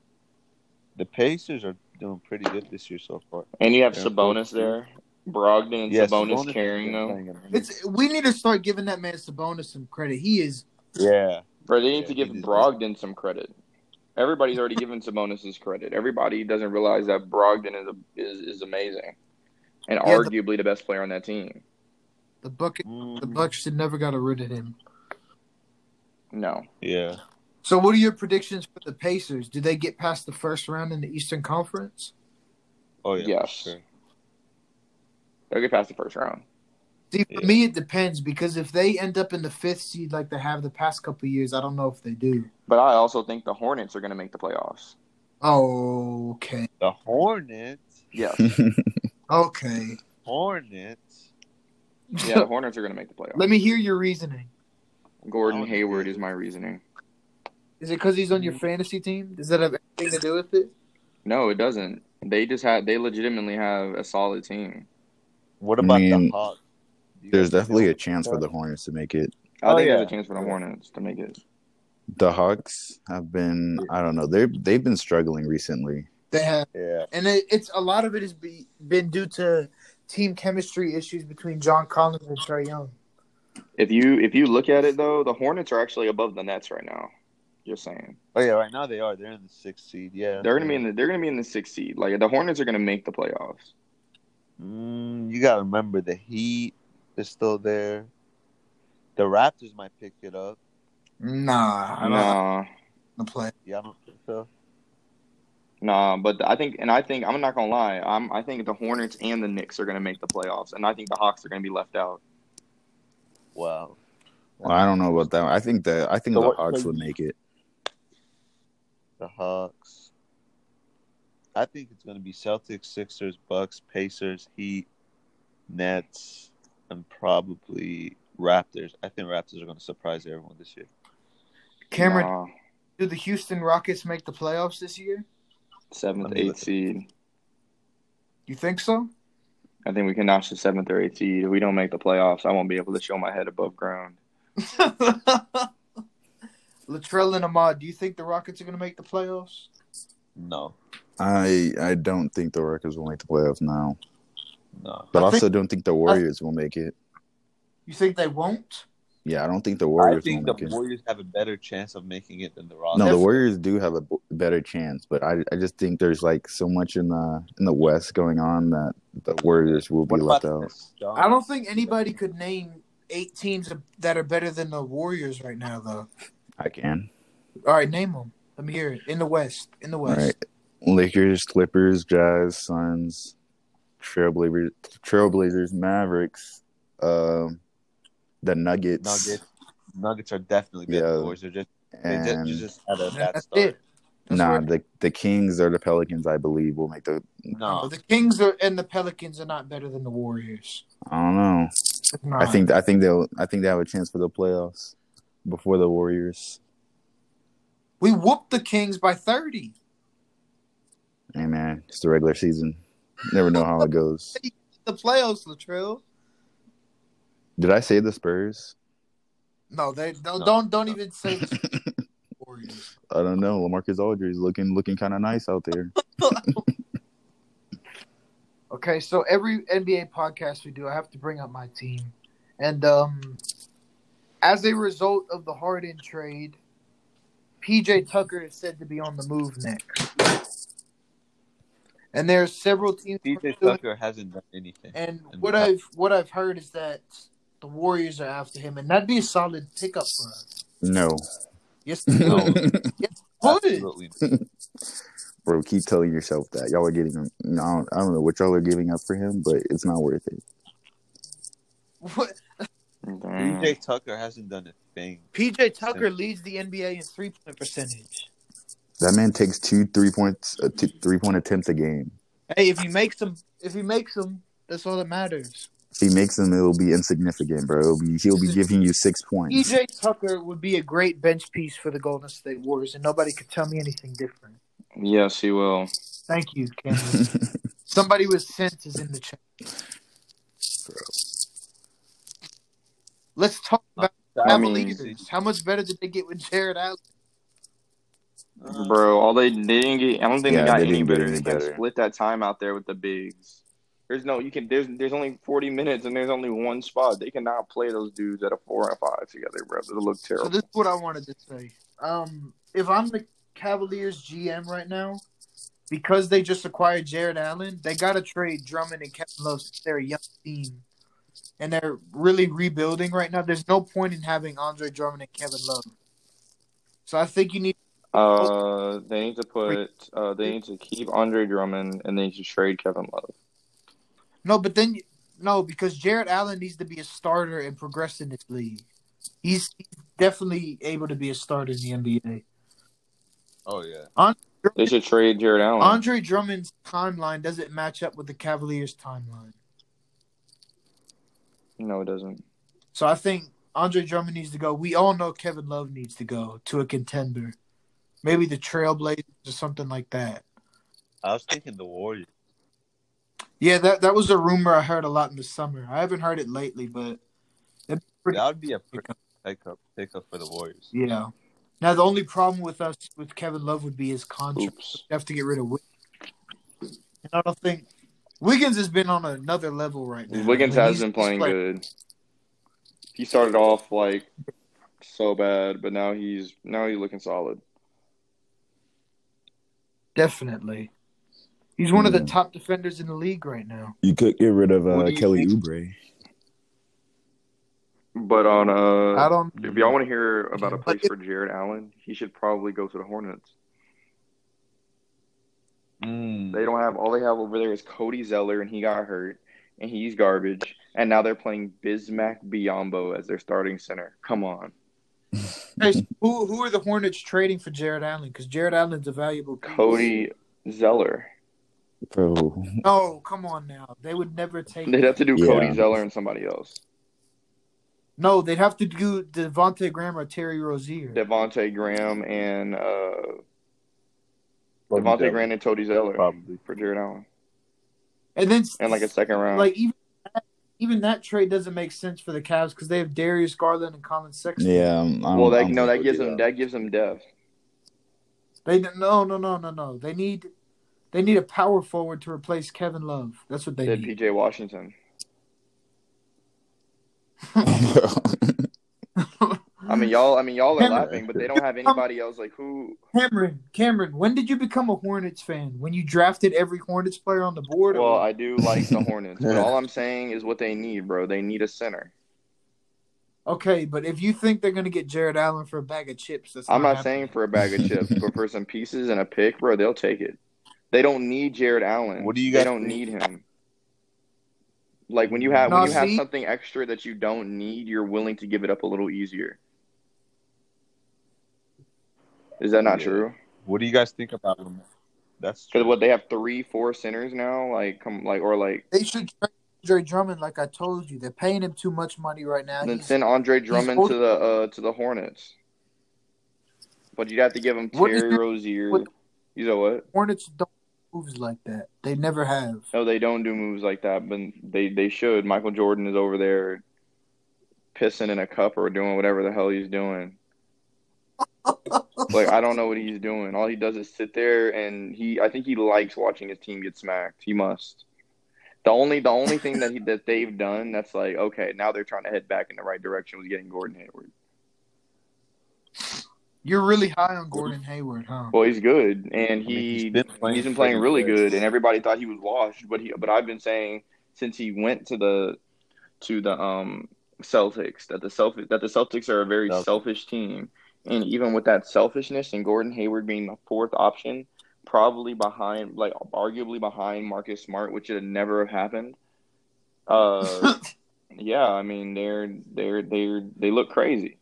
Speaker 5: The Pacers are doing pretty good this year so far.
Speaker 2: And you have
Speaker 5: Yeah,
Speaker 2: Sabonis
Speaker 5: cool.
Speaker 2: there. Brogdon and
Speaker 5: Yes,
Speaker 2: Sabonis,
Speaker 5: has
Speaker 2: carrying
Speaker 5: been
Speaker 2: them.
Speaker 5: playing
Speaker 1: deep.
Speaker 5: amazing.
Speaker 1: It's we need to start giving that man Sabonis some credit. He is
Speaker 5: yeah.
Speaker 2: Or they need
Speaker 5: Yeah,
Speaker 2: to
Speaker 5: he
Speaker 2: give
Speaker 5: did that.
Speaker 2: Brogdon some credit. Everybody's already given Sabonis his credit. Everybody doesn't realize that Brogdon is, a, is, is amazing and
Speaker 1: Yeah, the-
Speaker 2: arguably the best player on that team.
Speaker 1: the bucket. The
Speaker 5: Mm,
Speaker 1: Bucks should never got rid of him.
Speaker 2: No.
Speaker 5: yeah.
Speaker 1: So, what are your predictions for the Pacers? Do they get past the first round in the Eastern Conference?
Speaker 5: Oh yeah. for
Speaker 2: Yes.
Speaker 5: sure.
Speaker 2: They'll get past the first round.
Speaker 1: See, for
Speaker 5: Yeah.
Speaker 1: me, it depends because if they end up in the fifth seed like they have the past couple of years, I don't know if they do.
Speaker 2: But I also think the Hornets are going to make the playoffs.
Speaker 1: Okay,
Speaker 5: The Hornets.
Speaker 2: Yes.
Speaker 1: okay.
Speaker 5: Hornets.
Speaker 2: Yeah, the Hornets are going to make the playoffs.
Speaker 1: Let me hear your reasoning.
Speaker 2: Gordon
Speaker 5: Oh,
Speaker 2: Hayward
Speaker 5: yeah.
Speaker 2: is my reasoning.
Speaker 1: Is it because he's on your fantasy team? Does that have anything to do with it?
Speaker 2: No, it doesn't. They just have they legitimately have a solid team.
Speaker 5: What
Speaker 3: I
Speaker 5: about
Speaker 3: mean,
Speaker 5: the Hawks? Do you
Speaker 3: There's
Speaker 5: guys
Speaker 3: definitely a
Speaker 5: think
Speaker 3: chance for the Hornets to make it.
Speaker 2: I
Speaker 5: Oh,
Speaker 2: think
Speaker 5: yeah.
Speaker 2: there's a chance for the
Speaker 5: Yeah.
Speaker 2: Hornets to make it.
Speaker 3: The Hawks have been, I don't know, they they've been struggling recently.
Speaker 1: They have,
Speaker 5: they'll- Yeah.
Speaker 1: and it, it's a lot of it has be, been due to team chemistry issues between John Collins and Trey Young.
Speaker 2: If you if you look at it though, the Hornets are actually above the Nets right now. Just saying,
Speaker 5: Oh yeah. Right now they are. They're in the sixth seed. Yeah.
Speaker 2: they're gonna be in the they're gonna be in the sixth seed. Like the Hornets are gonna make the playoffs.
Speaker 5: Mm, you gotta remember the Heat is still there. The Raptors might pick it up.
Speaker 1: Nah, I don't
Speaker 2: Nah,
Speaker 1: want to play.
Speaker 5: Yeah, I don't think so.
Speaker 2: nah. But I think and I think I'm not gonna lie. I'm I think the Hornets and the Knicks are gonna make the playoffs, and I think the Hawks are gonna be left out.
Speaker 5: Wow.
Speaker 3: Well, I don't know about that. I think that I think
Speaker 5: So
Speaker 3: the
Speaker 5: what-
Speaker 3: Hawks
Speaker 5: so-
Speaker 3: would make it.
Speaker 5: The Hawks. I think it's gonna be Celtics, Sixers, Bucks, Pacers, Heat, Nets, and probably Raptors. I think Raptors are gonna surprise everyone this year.
Speaker 1: Cameron,
Speaker 2: Nah.
Speaker 1: do the Houston Rockets make the playoffs this year?
Speaker 2: seventh,
Speaker 5: Let me look
Speaker 2: eighth
Speaker 5: at-
Speaker 2: seed.
Speaker 1: You think so?
Speaker 2: I think we can notch the seventh or eighth seed. If we don't make the playoffs, I won't be able to show my head above ground.
Speaker 1: Latrell and Ahmad, do you think the Rockets are going to make the playoffs?
Speaker 5: No,
Speaker 3: I I don't think the Rockets will make the playoffs now,
Speaker 5: no.
Speaker 3: but
Speaker 1: I
Speaker 3: also
Speaker 1: think-
Speaker 3: don't think the Warriors will make it.
Speaker 1: You think they won't?
Speaker 3: Yeah, I don't think the
Speaker 5: I
Speaker 3: Warriors
Speaker 5: think
Speaker 3: will
Speaker 5: the
Speaker 3: make it.
Speaker 5: Warriors have a better chance of making it than the Rockets.
Speaker 3: No, the
Speaker 1: Definitely.
Speaker 3: Warriors do have a b- better chance, but I I just think there's like so much in the in the West going on that the Warriors will be
Speaker 5: What
Speaker 3: left
Speaker 5: about the
Speaker 3: out.
Speaker 5: Suns?
Speaker 1: I don't think anybody could name eight teams that are better than the Warriors right now, though.
Speaker 3: I can.
Speaker 1: All right, name them. Let me hear it. In the West. In the
Speaker 3: All
Speaker 1: West.
Speaker 3: right. Lakers, Clippers, Jazz, Suns, Trailblazers, Trailblazers, Mavericks, um, the Nuggets,
Speaker 5: Nuggets. Nuggets are definitely better
Speaker 3: Yeah.
Speaker 5: than the Warriors. They're just they
Speaker 3: and
Speaker 5: just, just had a bad
Speaker 1: That's
Speaker 5: start.
Speaker 1: it. That's
Speaker 3: nah,
Speaker 1: where-
Speaker 3: the the Kings or the Pelicans, I believe, will make the.
Speaker 5: No,
Speaker 1: the Kings are, and the Pelicans are not better than the Warriors.
Speaker 3: I don't know. I
Speaker 1: Nah.
Speaker 3: think I think they'll I think they have a chance for the playoffs before the Warriors.
Speaker 1: we whooped the Kings by thirty.
Speaker 3: Hey man, it's the regular season. Never know how it goes.
Speaker 1: The playoffs, Latrell.
Speaker 3: Did I say the Spurs?
Speaker 1: No, they don't.
Speaker 5: No.
Speaker 1: don't don't even say the Warriors.
Speaker 3: I don't know. Lamarcus Aldridge looking looking kind of nice out there.
Speaker 1: Okay, so every NBA podcast we do, I have to bring up my team. And um, as a result of the Harden trade, PJ Tucker is said to be on the move next. And there are several teams.
Speaker 5: PJ
Speaker 1: pursuing-
Speaker 5: Tucker hasn't done anything.
Speaker 1: And
Speaker 5: And
Speaker 1: what
Speaker 5: the-
Speaker 1: I've what I've heard is that the Warriors are after him, and that'd be a solid pickup for us.
Speaker 3: No,
Speaker 1: Yes, it
Speaker 5: No.
Speaker 1: would. Would.
Speaker 5: Absolutely.
Speaker 3: bro, keep telling yourself that y'all are getting him. No, I don't, I don't know what y'all are giving up for him, but it's not worth it.
Speaker 1: What-
Speaker 2: Damn.
Speaker 5: PJ Tucker hasn't done a thing.
Speaker 1: PJ Tucker leads the NBA in three point percentage.
Speaker 3: That man takes two three points, uh, two, three point attempts a game.
Speaker 1: Hey, if he makes them, if he makes them, that's all that matters.
Speaker 3: If he makes them, it'll be insignificant, bro. It'll be, he'll be giving you six points.
Speaker 1: PJ E Tucker would be a great bench piece for the Golden State Warriors, and nobody could tell me anything different.
Speaker 2: Yes, he will.
Speaker 1: Thank you, Cameron. Somebody with sense is in the chat. Let's talk about
Speaker 2: I mean-
Speaker 1: Cavaliers. How much better did they get with Jared Allen?
Speaker 5: Uh,
Speaker 2: Bro, all they, they didn't get. I don't think
Speaker 3: Yeah,
Speaker 2: they got
Speaker 3: they didn't
Speaker 2: any
Speaker 3: get
Speaker 2: better.
Speaker 3: any
Speaker 2: They kinda
Speaker 3: better.
Speaker 2: split that time out there with the bigs. There's no you can. There's there's only 40 minutes and there's only one spot. They cannot play those dudes at a four and a five together, bro. They look
Speaker 1: So
Speaker 2: terrible.
Speaker 1: this is what I wanted to say. Um, if I'm the Cavaliers GM right now, because they just acquired Jared Allen, they got to trade Drummond and Kevin Love. since They're a young team, and they're really rebuilding right now. There's no point in having Andre Drummond and Kevin Love. So I think you need.
Speaker 2: Uh, they need to put. Uh, they need to keep Andre Drummond and they need to trade Kevin Love.
Speaker 1: No, but then you- no, because Jared Allen needs to be a starter and progress in this league. He's definitely able to be a starter in the NBA.
Speaker 5: oh yeah.
Speaker 2: They should trade Jared Allen.
Speaker 1: Andre Drummond's timeline doesn't match up with the Cavaliers' timeline.
Speaker 2: no, it doesn't.
Speaker 1: So I think Andre Drummond needs to go. We all know Kevin Love needs to go to a contender. Maybe the Trailblazers or something like that.
Speaker 5: I was thinking the Warriors.
Speaker 1: Yeah, that that was a rumor I heard a lot in the summer. I haven't heard it lately, but it'd be pretty-
Speaker 5: That would be a perfect pickup pickup for the Warriors.
Speaker 1: yeah. Now the only problem with us with Kevin Love would be his contract.
Speaker 2: Oops.
Speaker 1: You have to get rid of Wiggins. And I don't think Wiggins has been on another level right now.
Speaker 2: Wiggins
Speaker 1: Like,
Speaker 2: has
Speaker 1: he's-
Speaker 2: been
Speaker 1: he's
Speaker 2: playing good. He started off like so bad, but now he's now he's looking solid.
Speaker 1: Definitely, he's one of the
Speaker 3: Yeah.
Speaker 1: top defenders in the league right now.
Speaker 3: You could get rid of
Speaker 2: What
Speaker 3: uh,
Speaker 2: do you
Speaker 3: Kelly
Speaker 2: think?
Speaker 3: Oubre.
Speaker 2: But on uh,
Speaker 1: I don't.
Speaker 2: If y'all want to hear about a
Speaker 1: But
Speaker 2: place
Speaker 1: if-
Speaker 2: for Jared Allen, he should probably go to the Hornets.
Speaker 5: Mm.
Speaker 2: They don't have all they have over there is Cody Zeller, and he got hurt, and he's garbage. And now they're playing Bismack Biombo as their starting center. Come on,
Speaker 1: Hey, so who who are the Hornets trading for Jared Allen? Because Jared Allen's a valuable piece.
Speaker 2: Cody Zeller.
Speaker 3: Bro,
Speaker 1: No, come on now. They would never take.
Speaker 2: They'd have to do
Speaker 3: Yeah.
Speaker 2: Cody Zeller and somebody else.
Speaker 1: No, they'd have to do Devontae Graham or Terry Rozier.
Speaker 2: Devonte Graham and uh,
Speaker 5: Cody
Speaker 2: Devonte
Speaker 5: Zeller,
Speaker 2: Graham and Cody Zeller
Speaker 5: probably.
Speaker 2: for Jared Allen,
Speaker 1: and then
Speaker 2: and like uh, a second round.
Speaker 1: like even that, even that trade doesn't make sense for the Cavs because they have Darius Garland and Colin Sexton.
Speaker 3: yeah. I'm, I'm,
Speaker 2: well, that
Speaker 3: I'm
Speaker 2: no,
Speaker 3: gonna
Speaker 2: that
Speaker 3: go
Speaker 2: gives
Speaker 3: do
Speaker 2: them that gives them depth.
Speaker 1: They no no no no no. They need they need a power forward to replace Kevin Love. That's what they
Speaker 2: Said
Speaker 1: need.
Speaker 2: PJ Washington. I mean, y'all. I mean, y'all are
Speaker 1: Cameron-
Speaker 2: laughing, but they don't have anybody else. Like who?
Speaker 1: Cameron, Cameron, when did you become a Hornets fan? When you drafted every Hornets player on the board?
Speaker 2: Well,
Speaker 1: or,
Speaker 2: I do like the Hornets, but all I'm saying is what they need, bro. They need a center.
Speaker 1: okay, but if you think they're gonna get Jared Allen for a bag of chips, that's
Speaker 2: I'm not
Speaker 1: happening.
Speaker 2: saying for a bag of chips, but for some pieces and a pick, bro, they'll take it. They don't need Jared Allen.
Speaker 5: What do you
Speaker 2: They
Speaker 5: guys
Speaker 2: don't
Speaker 5: think?
Speaker 2: need him. Like when you have
Speaker 1: No,
Speaker 2: when you have
Speaker 1: see?
Speaker 2: something extra that you don't need, you're willing to give it up a little easier. Is that not
Speaker 5: Yeah.
Speaker 2: true?
Speaker 5: What do you guys think about him? That's
Speaker 2: Because
Speaker 5: true.
Speaker 2: what they have three, four centers now, like come like or like
Speaker 1: They should trade Andre Drummond, like I told you. They're paying him too much money right now.
Speaker 2: then
Speaker 1: He's,
Speaker 2: send Andre Drummond
Speaker 1: old-
Speaker 2: to the uh, to the Hornets. But you'd have to give him
Speaker 1: What is
Speaker 2: Terry
Speaker 1: your-
Speaker 2: Rozier.
Speaker 1: what-
Speaker 2: You know what?
Speaker 1: Hornets don't do moves like that. They never have.
Speaker 2: No, they don't do moves like that, but they they should. Michael Jordan is over there pissing in a cup or doing whatever the hell he's doing. Like I don't know what he's doing. All he does is sit there and he I think he likes watching his team get smacked. He must. The only the only thing that he that they've done that's like, okay, now they're trying to head back in the right direction was getting Gordon Hayward.
Speaker 1: You're really high on Gordon Hayward, huh?
Speaker 2: Well, he's good, and
Speaker 5: I mean,
Speaker 2: he
Speaker 5: he's been playing
Speaker 2: he's been playing
Speaker 5: pretty
Speaker 2: really
Speaker 5: good.
Speaker 2: good, and everybody thought he was washed, but he but I've been saying since he went to the to the um Celtics that the self that the Celtics are a very
Speaker 5: Celtics.
Speaker 2: selfish team, and even with that selfishness and Gordon Hayward being the fourth option, probably behind like arguably behind Marcus Smart, which should never have happened. Uh, yeah, I mean they're they're they're they look crazy.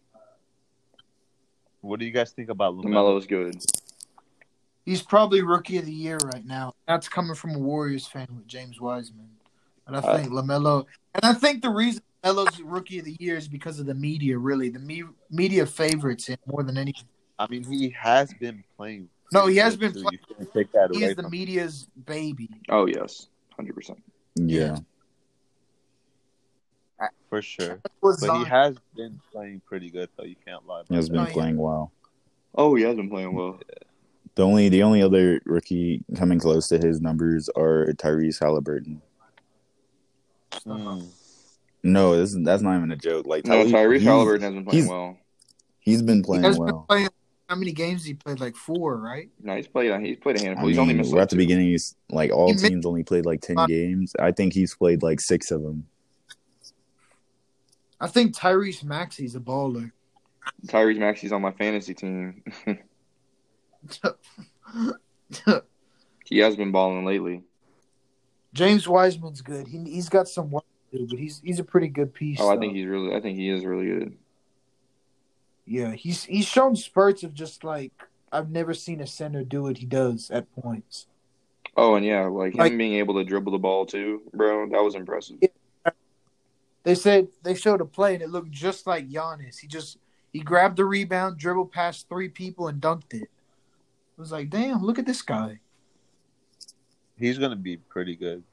Speaker 5: What do you guys think about Lamelo?
Speaker 2: Melo's good.
Speaker 1: He's probably rookie of the year right now. That's coming from a Warriors fan with James Wiseman. And I
Speaker 2: Uh,
Speaker 1: think LaMelo and I think the reason LaMelo's rookie of the year is because of the media, really. The me- media favorites him more than anything.
Speaker 5: I mean, he has been playing.
Speaker 1: No,
Speaker 5: pretty
Speaker 1: he has been
Speaker 5: good, too.
Speaker 1: playing-
Speaker 5: You can't take that
Speaker 1: He
Speaker 5: away
Speaker 1: is the
Speaker 5: from him.
Speaker 1: media's baby.
Speaker 2: Oh yes, hundred percent.
Speaker 3: Yeah.
Speaker 5: for sure.
Speaker 1: Was
Speaker 5: But he
Speaker 1: Zion.
Speaker 5: has been playing pretty good though. You can't lie.
Speaker 3: He
Speaker 5: About
Speaker 3: has
Speaker 5: that.
Speaker 3: been
Speaker 1: Oh, yeah.
Speaker 3: playing well.
Speaker 2: Oh, he has been playing well.
Speaker 3: The only the only other rookie coming close to his numbers are Tyrese Halliburton.
Speaker 5: Mm.
Speaker 3: No, this, that's not even a joke. Like
Speaker 2: No,
Speaker 3: Tyrese-
Speaker 2: Tyrese
Speaker 3: he's-
Speaker 2: Halliburton has been playing
Speaker 3: he's-
Speaker 2: well.
Speaker 3: He's been
Speaker 1: He
Speaker 3: playing
Speaker 1: has been
Speaker 3: well.
Speaker 1: playing how many games he played? Like four, right?
Speaker 2: No, he's played. uh, He's played a handful.
Speaker 3: I
Speaker 2: he's only
Speaker 3: mean,
Speaker 2: missed
Speaker 3: we're
Speaker 2: like
Speaker 3: at the
Speaker 2: two.
Speaker 3: beginning. He's like all
Speaker 1: He missed-
Speaker 3: teams only played like ten games. I think he's played like six of them.
Speaker 1: I think Tyrese Maxey's a baller.
Speaker 2: Tyrese Maxey's on my fantasy team. he has been balling lately.
Speaker 1: James Wiseman's good. He he's got some work to do, but he's he's a pretty good piece.
Speaker 2: Oh, I
Speaker 1: though.
Speaker 2: think he's really. I think he is really good.
Speaker 1: Yeah, he's he's shown spurts of just like I've never seen a center do what he does at points.
Speaker 2: Oh, and yeah, like him
Speaker 1: Like-
Speaker 2: being able to dribble the ball too, bro. That was impressive.
Speaker 1: Yeah. They said they showed a play and it looked just like Giannis. He just he grabbed the rebound, dribbled past three people, and dunked it. It was like, damn, look at this guy.
Speaker 5: He's gonna be pretty good.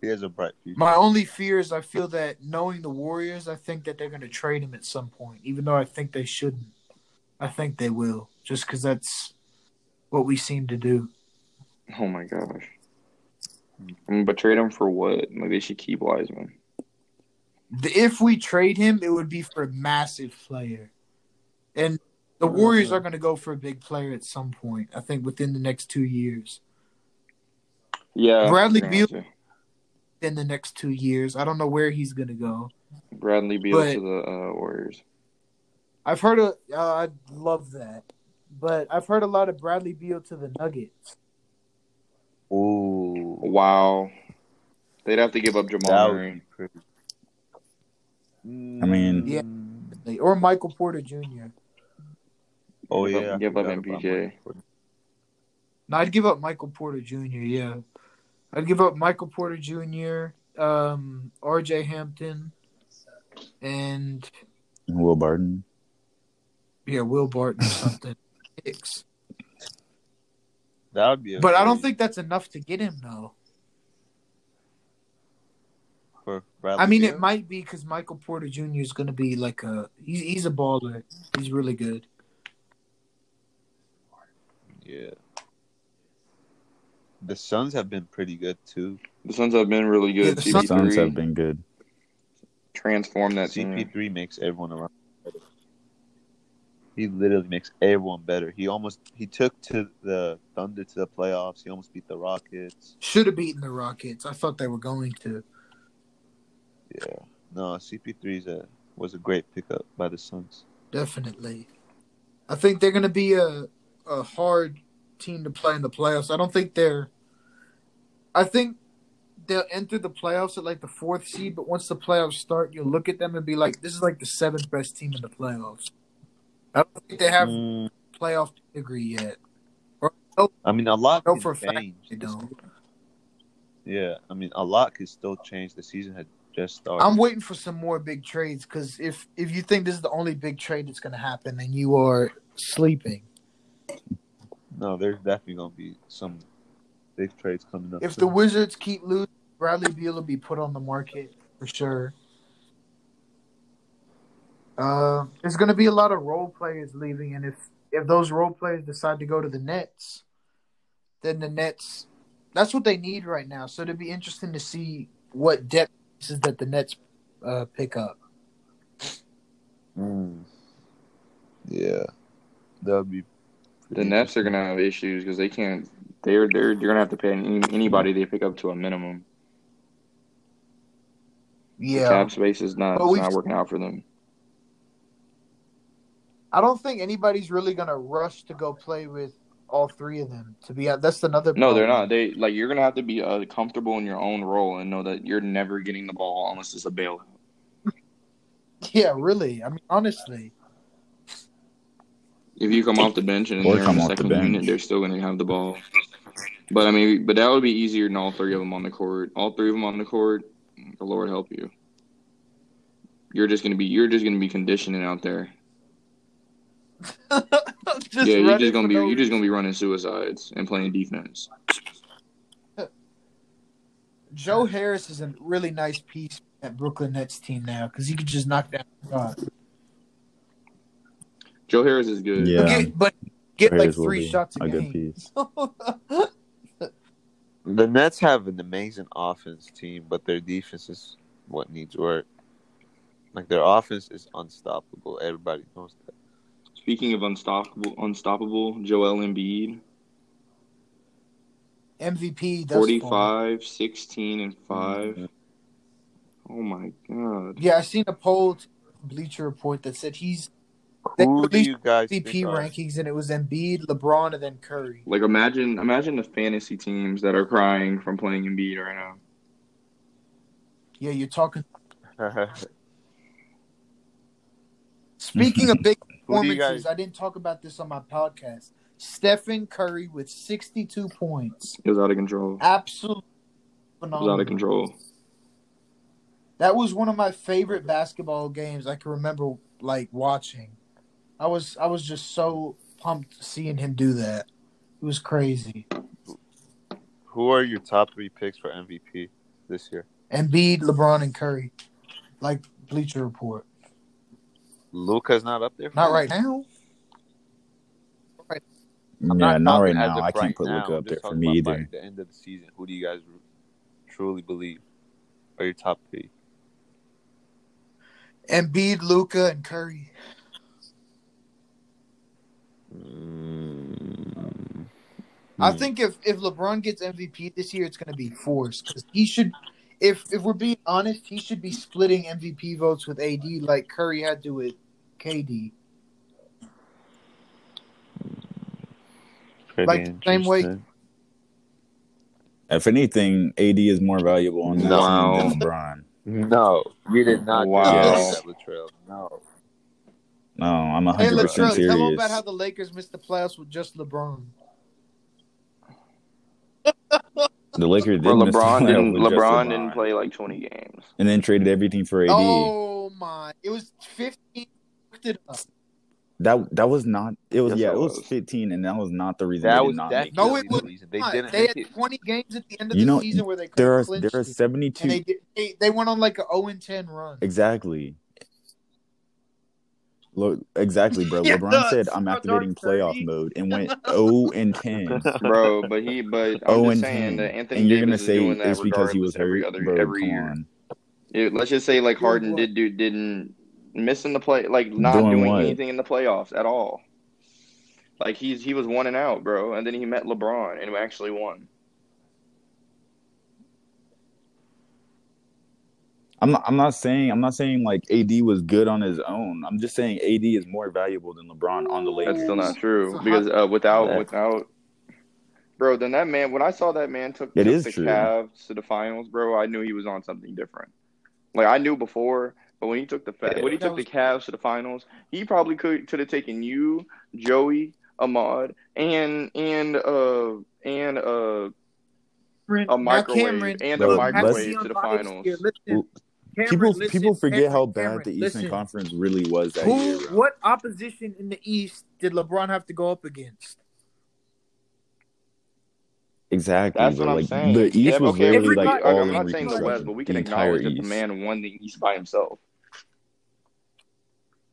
Speaker 5: He has a bright future.
Speaker 1: My only fear is I feel that knowing the Warriors, I think that they're going to trade him at some point, even though I think they shouldn't. I think they will, just because that's what we seem to do.
Speaker 2: Oh my gosh. I mean, but trade him for what? Like they should keep Wiseman.
Speaker 1: The- If we trade him, it would be for a massive player. And the Warriors are going to go for a big player at some point, I think within the next two years.
Speaker 2: Yeah,
Speaker 1: Bradley
Speaker 2: they're gonna
Speaker 1: Beal-
Speaker 2: have to.
Speaker 1: In the next two years, I don't know where he's going to go.
Speaker 2: Bradley Beal
Speaker 1: But-
Speaker 2: to the uh, Warriors.
Speaker 1: I've heard a, uh, I love that, but I've heard a lot of Bradley Beal to the Nuggets.
Speaker 5: Ooh,
Speaker 2: Wow. They'd have to give up Jamal
Speaker 5: that would
Speaker 2: Murray.
Speaker 5: be pretty.
Speaker 3: I mean-
Speaker 1: Yeah.
Speaker 5: Mm.
Speaker 1: Or Michael Porter Jr.
Speaker 5: Oh
Speaker 2: Give up-
Speaker 5: yeah. I
Speaker 2: give up
Speaker 5: forgot
Speaker 2: MPJ.
Speaker 5: about Michael.
Speaker 1: No, I'd give up Michael Porter Jr. Yeah, I'd give up Michael Porter Jr. Um, R.J. Hampton, and
Speaker 3: Will Barton.
Speaker 1: yeah, Will Barton or something. Hicks.
Speaker 5: That would be. A
Speaker 1: But I don't
Speaker 5: very-
Speaker 1: think that's enough to get him though.
Speaker 5: for Bradley
Speaker 1: I mean,
Speaker 5: Beal?
Speaker 1: it might be because Michael Porter Jr. is going to be like a he's he's a baller. He's really good.
Speaker 5: Yeah. The Suns have been pretty good too.
Speaker 2: The Suns have been really good.
Speaker 1: Yeah, the
Speaker 3: The
Speaker 1: Suns-
Speaker 3: Suns
Speaker 2: CP3
Speaker 3: have been good.
Speaker 2: transformed that team.
Speaker 5: CP3 makes everyone around. better. He literally makes everyone better. He almost he took to the Thunder to the playoffs. He almost beat the Rockets.
Speaker 1: Should have beaten the Rockets. I thought they were going to.
Speaker 5: Yeah. No, CP3 is a was a great pickup by the Suns.
Speaker 1: Definitely. I think they're going to be a a hard team to play in the playoffs. I don't think they're. I think they'll enter the playoffs at like the fourth seed, but once the playoffs start, you'll look at them and be like, "This is like the seventh best team in the playoffs." I don't think they have
Speaker 5: Mm,
Speaker 1: playoff degree yet.
Speaker 5: I mean, a lot
Speaker 1: Know
Speaker 5: can
Speaker 1: for a fact
Speaker 5: change.
Speaker 1: They
Speaker 5: this-
Speaker 1: don't.
Speaker 5: Yeah, I mean, a lot can still change. The season had just started.
Speaker 1: I'm waiting for some more big trades because if if you think this is the only big trade that's going to happen, then you are sleeping.
Speaker 5: no, there's definitely gonna be some big trades coming up.
Speaker 1: If the
Speaker 5: soon.
Speaker 1: Wizards keep losing, Bradley Beal will be put on the market for sure. Uh, there's going to be a lot of role players leaving, and if if those role players decide to go to the Nets, then the Nets, that's what they need right now. So it'd be interesting to see what depth pieces that the Nets uh, pick up.
Speaker 5: Mm. Yeah, that would be.
Speaker 2: The Nets are gonna have issues because they can't. They're they're you're gonna have to pay any, anybody they pick up to a minimum. The
Speaker 1: Yeah,
Speaker 2: cap space is not
Speaker 1: But
Speaker 2: it's
Speaker 1: we've-
Speaker 2: not working out for them.
Speaker 1: I don't think anybody's really going to rush to go play with all three of them. To be honest, that's another.
Speaker 2: No, they're
Speaker 1: problem.
Speaker 2: not. They like you're gonna have to be uh, comfortable in your own role and know that you're never getting the ball unless it's a bailout.
Speaker 1: Yeah, really. I mean, honestly,
Speaker 2: If you come off the bench and
Speaker 3: Or
Speaker 2: they're in
Speaker 3: come
Speaker 2: the
Speaker 3: off the
Speaker 2: second
Speaker 3: bench.
Speaker 2: unit, they're still gonna have the ball. But I mean, but that would be easier than all three of them on the court. All three of them on the court, the Lord help you. You're just gonna be you're just gonna be conditioning out there.
Speaker 1: Just
Speaker 2: yeah, you're
Speaker 1: running
Speaker 2: just gonna
Speaker 1: for
Speaker 2: be
Speaker 1: no
Speaker 2: you're just
Speaker 1: reason.
Speaker 2: gonna be running suicides and playing defense.
Speaker 1: Joe Harris is a really nice piece for that Brooklyn Nets team now because he could just knock down shots.
Speaker 2: Joe Harris is good.
Speaker 1: But
Speaker 3: Yeah.
Speaker 1: get, but get like
Speaker 3: Harris will
Speaker 1: three
Speaker 3: be
Speaker 1: shots a,
Speaker 3: a
Speaker 1: game.
Speaker 3: good piece.
Speaker 5: The Nets have an amazing offense team, but their defense is what needs work. Like their offense is unstoppable. Everybody knows that.
Speaker 2: Speaking of unstoppable, unstoppable, Joel Embiid,
Speaker 1: MVP. That's 45.
Speaker 2: 45, 16, and 5. Oh my god.
Speaker 1: Yeah, I seen a poll, to Bleacher Report, that said he's They
Speaker 5: Who do
Speaker 1: released
Speaker 5: you guys
Speaker 1: MVP
Speaker 5: think are-
Speaker 1: rankings, and it was Embiid, LeBron, and then Curry.
Speaker 2: Like imagine imagine the fantasy teams that are crying from playing Embiid right now.
Speaker 1: Yeah, you're talking. Speaking of big
Speaker 5: Who do you
Speaker 1: performances,
Speaker 5: guys?
Speaker 1: I didn't talk about this on my podcast. Stephen Curry with 62 points.
Speaker 2: It was out of control. It
Speaker 1: Absolutely
Speaker 2: was out of
Speaker 1: phenomenal.
Speaker 2: control.
Speaker 1: That was one of my favorite basketball games I can remember like watching. I was I was just so pumped seeing him do that. It was crazy.
Speaker 5: Who are your top three picks for MVP this year?
Speaker 1: Embiid, LeBron, and Curry, like Bleacher Report.
Speaker 5: Luca's not up there. For
Speaker 1: Not
Speaker 5: you?
Speaker 1: right now.
Speaker 5: I'm
Speaker 3: yeah, not
Speaker 5: talking
Speaker 3: right
Speaker 5: as
Speaker 3: now.
Speaker 5: of
Speaker 3: I can't
Speaker 5: right
Speaker 3: put
Speaker 5: now.
Speaker 3: Luca
Speaker 5: I'm
Speaker 3: up
Speaker 5: just
Speaker 3: there for
Speaker 5: talking
Speaker 3: me
Speaker 5: about by
Speaker 3: either.
Speaker 5: the end of the season. Who do you guys truly believe are your top three?
Speaker 1: Embiid, Luca, and Curry.
Speaker 3: Hmm.
Speaker 1: I think if if LeBron gets MVP this year, it's going to be forced because he should. If if we're being honest, he should be splitting MVP votes with AD like Curry had to with KD.
Speaker 5: Pretty
Speaker 1: Like, same way-
Speaker 5: interesting.
Speaker 3: If anything, AD is more valuable on that
Speaker 2: Wow.
Speaker 3: team than LeBron.
Speaker 5: No, you did not
Speaker 2: Wow.
Speaker 5: just say that, Latrell. No,
Speaker 3: No, I'm 100%
Speaker 1: Hey Latrell,
Speaker 3: serious.
Speaker 1: tell him about how the Lakers missed the playoffs with just LeBron.
Speaker 3: the Lakers
Speaker 2: Bro,
Speaker 3: did miss the
Speaker 2: LeBron
Speaker 3: playoff
Speaker 2: didn't
Speaker 3: with just
Speaker 2: LeBron
Speaker 3: LeBron,
Speaker 2: didn't play like 20 games.
Speaker 3: and then traded everything for AD.
Speaker 1: Oh my! It was fifteen. Looked it up.
Speaker 3: That that was not. It was
Speaker 2: Yes,
Speaker 3: yeah.
Speaker 2: it
Speaker 3: It was
Speaker 2: was.
Speaker 3: 15, and that was not the reason
Speaker 5: that
Speaker 3: they did
Speaker 5: was
Speaker 3: not make
Speaker 1: No,
Speaker 5: definitely
Speaker 1: it
Speaker 3: it.
Speaker 5: the
Speaker 1: was
Speaker 5: reason they
Speaker 1: Come on,
Speaker 5: didn't
Speaker 1: They
Speaker 5: make
Speaker 1: had
Speaker 5: it.
Speaker 1: twenty games at the end of
Speaker 3: You
Speaker 1: the
Speaker 3: know,
Speaker 1: season where they couldn't
Speaker 3: There are
Speaker 1: clinch
Speaker 3: there are
Speaker 1: it,
Speaker 3: 72
Speaker 1: and they did. They, they went on like a zero and ten run.
Speaker 3: exactly. Lo- exactly, bro.
Speaker 1: Yeah,
Speaker 3: LeBron said,
Speaker 1: it's
Speaker 3: "I'm
Speaker 1: so
Speaker 3: activating
Speaker 1: dark,
Speaker 3: playoff
Speaker 1: Kirby.
Speaker 3: mode," and went 0 and 10.
Speaker 2: Bro, but he but I'm
Speaker 3: 0
Speaker 2: just
Speaker 3: Oh, and
Speaker 2: saying
Speaker 3: 10.
Speaker 2: that Anthony
Speaker 3: And you're gonna
Speaker 2: Davis is
Speaker 3: say
Speaker 2: doing that
Speaker 3: it's because he was
Speaker 2: regardless every
Speaker 3: hurt,
Speaker 2: other
Speaker 3: bro?
Speaker 2: every
Speaker 3: Come
Speaker 2: year.
Speaker 3: on,
Speaker 2: It, let's just say like
Speaker 1: Doing
Speaker 2: Harden
Speaker 1: what?
Speaker 2: did do didn't missing the play like not
Speaker 3: doing
Speaker 2: doing
Speaker 3: what?
Speaker 2: anything in the playoffs at all. Like he's he was one and out, bro, and then he met LeBron and actually won.
Speaker 3: I'm not, I'm not saying I'm not saying like AD was good on his own. I'm just saying AD is more valuable than LeBron on the
Speaker 2: That's still
Speaker 3: Lakers.
Speaker 2: not true
Speaker 1: So how-
Speaker 2: because uh, without
Speaker 5: That-
Speaker 2: without Bro, then that man, when I saw that man took,
Speaker 3: It
Speaker 2: took
Speaker 3: is
Speaker 2: the
Speaker 3: true.
Speaker 2: Cavs to the finals, bro, I knew he was on something different. Like I knew before, but when he took the fa- when he
Speaker 1: That
Speaker 2: took
Speaker 1: was-
Speaker 2: the Cavs to the finals, he probably could could have taken you, Joey, Ahmad, and and uh and uh
Speaker 1: Cameron,
Speaker 2: a
Speaker 1: now
Speaker 2: microwave
Speaker 1: Cameron,
Speaker 2: and
Speaker 3: a
Speaker 1: look,
Speaker 3: microwave
Speaker 1: Maxi
Speaker 2: to the
Speaker 1: Unbiased
Speaker 2: finals.
Speaker 1: here. Listen,
Speaker 3: Well,
Speaker 1: Cameron,
Speaker 3: people
Speaker 1: listen,
Speaker 3: people forget
Speaker 1: Cameron,
Speaker 3: how bad
Speaker 1: Cameron,
Speaker 3: the Eastern
Speaker 1: listen.
Speaker 3: Conference really was that year.
Speaker 1: Who?
Speaker 3: bro.
Speaker 1: What opposition in the East did LeBron have to go up against?
Speaker 3: Exactly,
Speaker 2: That's
Speaker 3: but
Speaker 2: what I'm
Speaker 3: like
Speaker 2: saying.
Speaker 3: the East
Speaker 2: Yeah,
Speaker 3: was
Speaker 2: okay,
Speaker 3: literally
Speaker 1: Everybody-
Speaker 3: like
Speaker 2: I-
Speaker 3: all
Speaker 2: I'm
Speaker 3: in
Speaker 2: not saying the West,
Speaker 3: reconstruction,
Speaker 2: but we can
Speaker 3: the
Speaker 2: acknowledge
Speaker 3: entire
Speaker 2: that the
Speaker 3: East.
Speaker 2: man won the East by himself.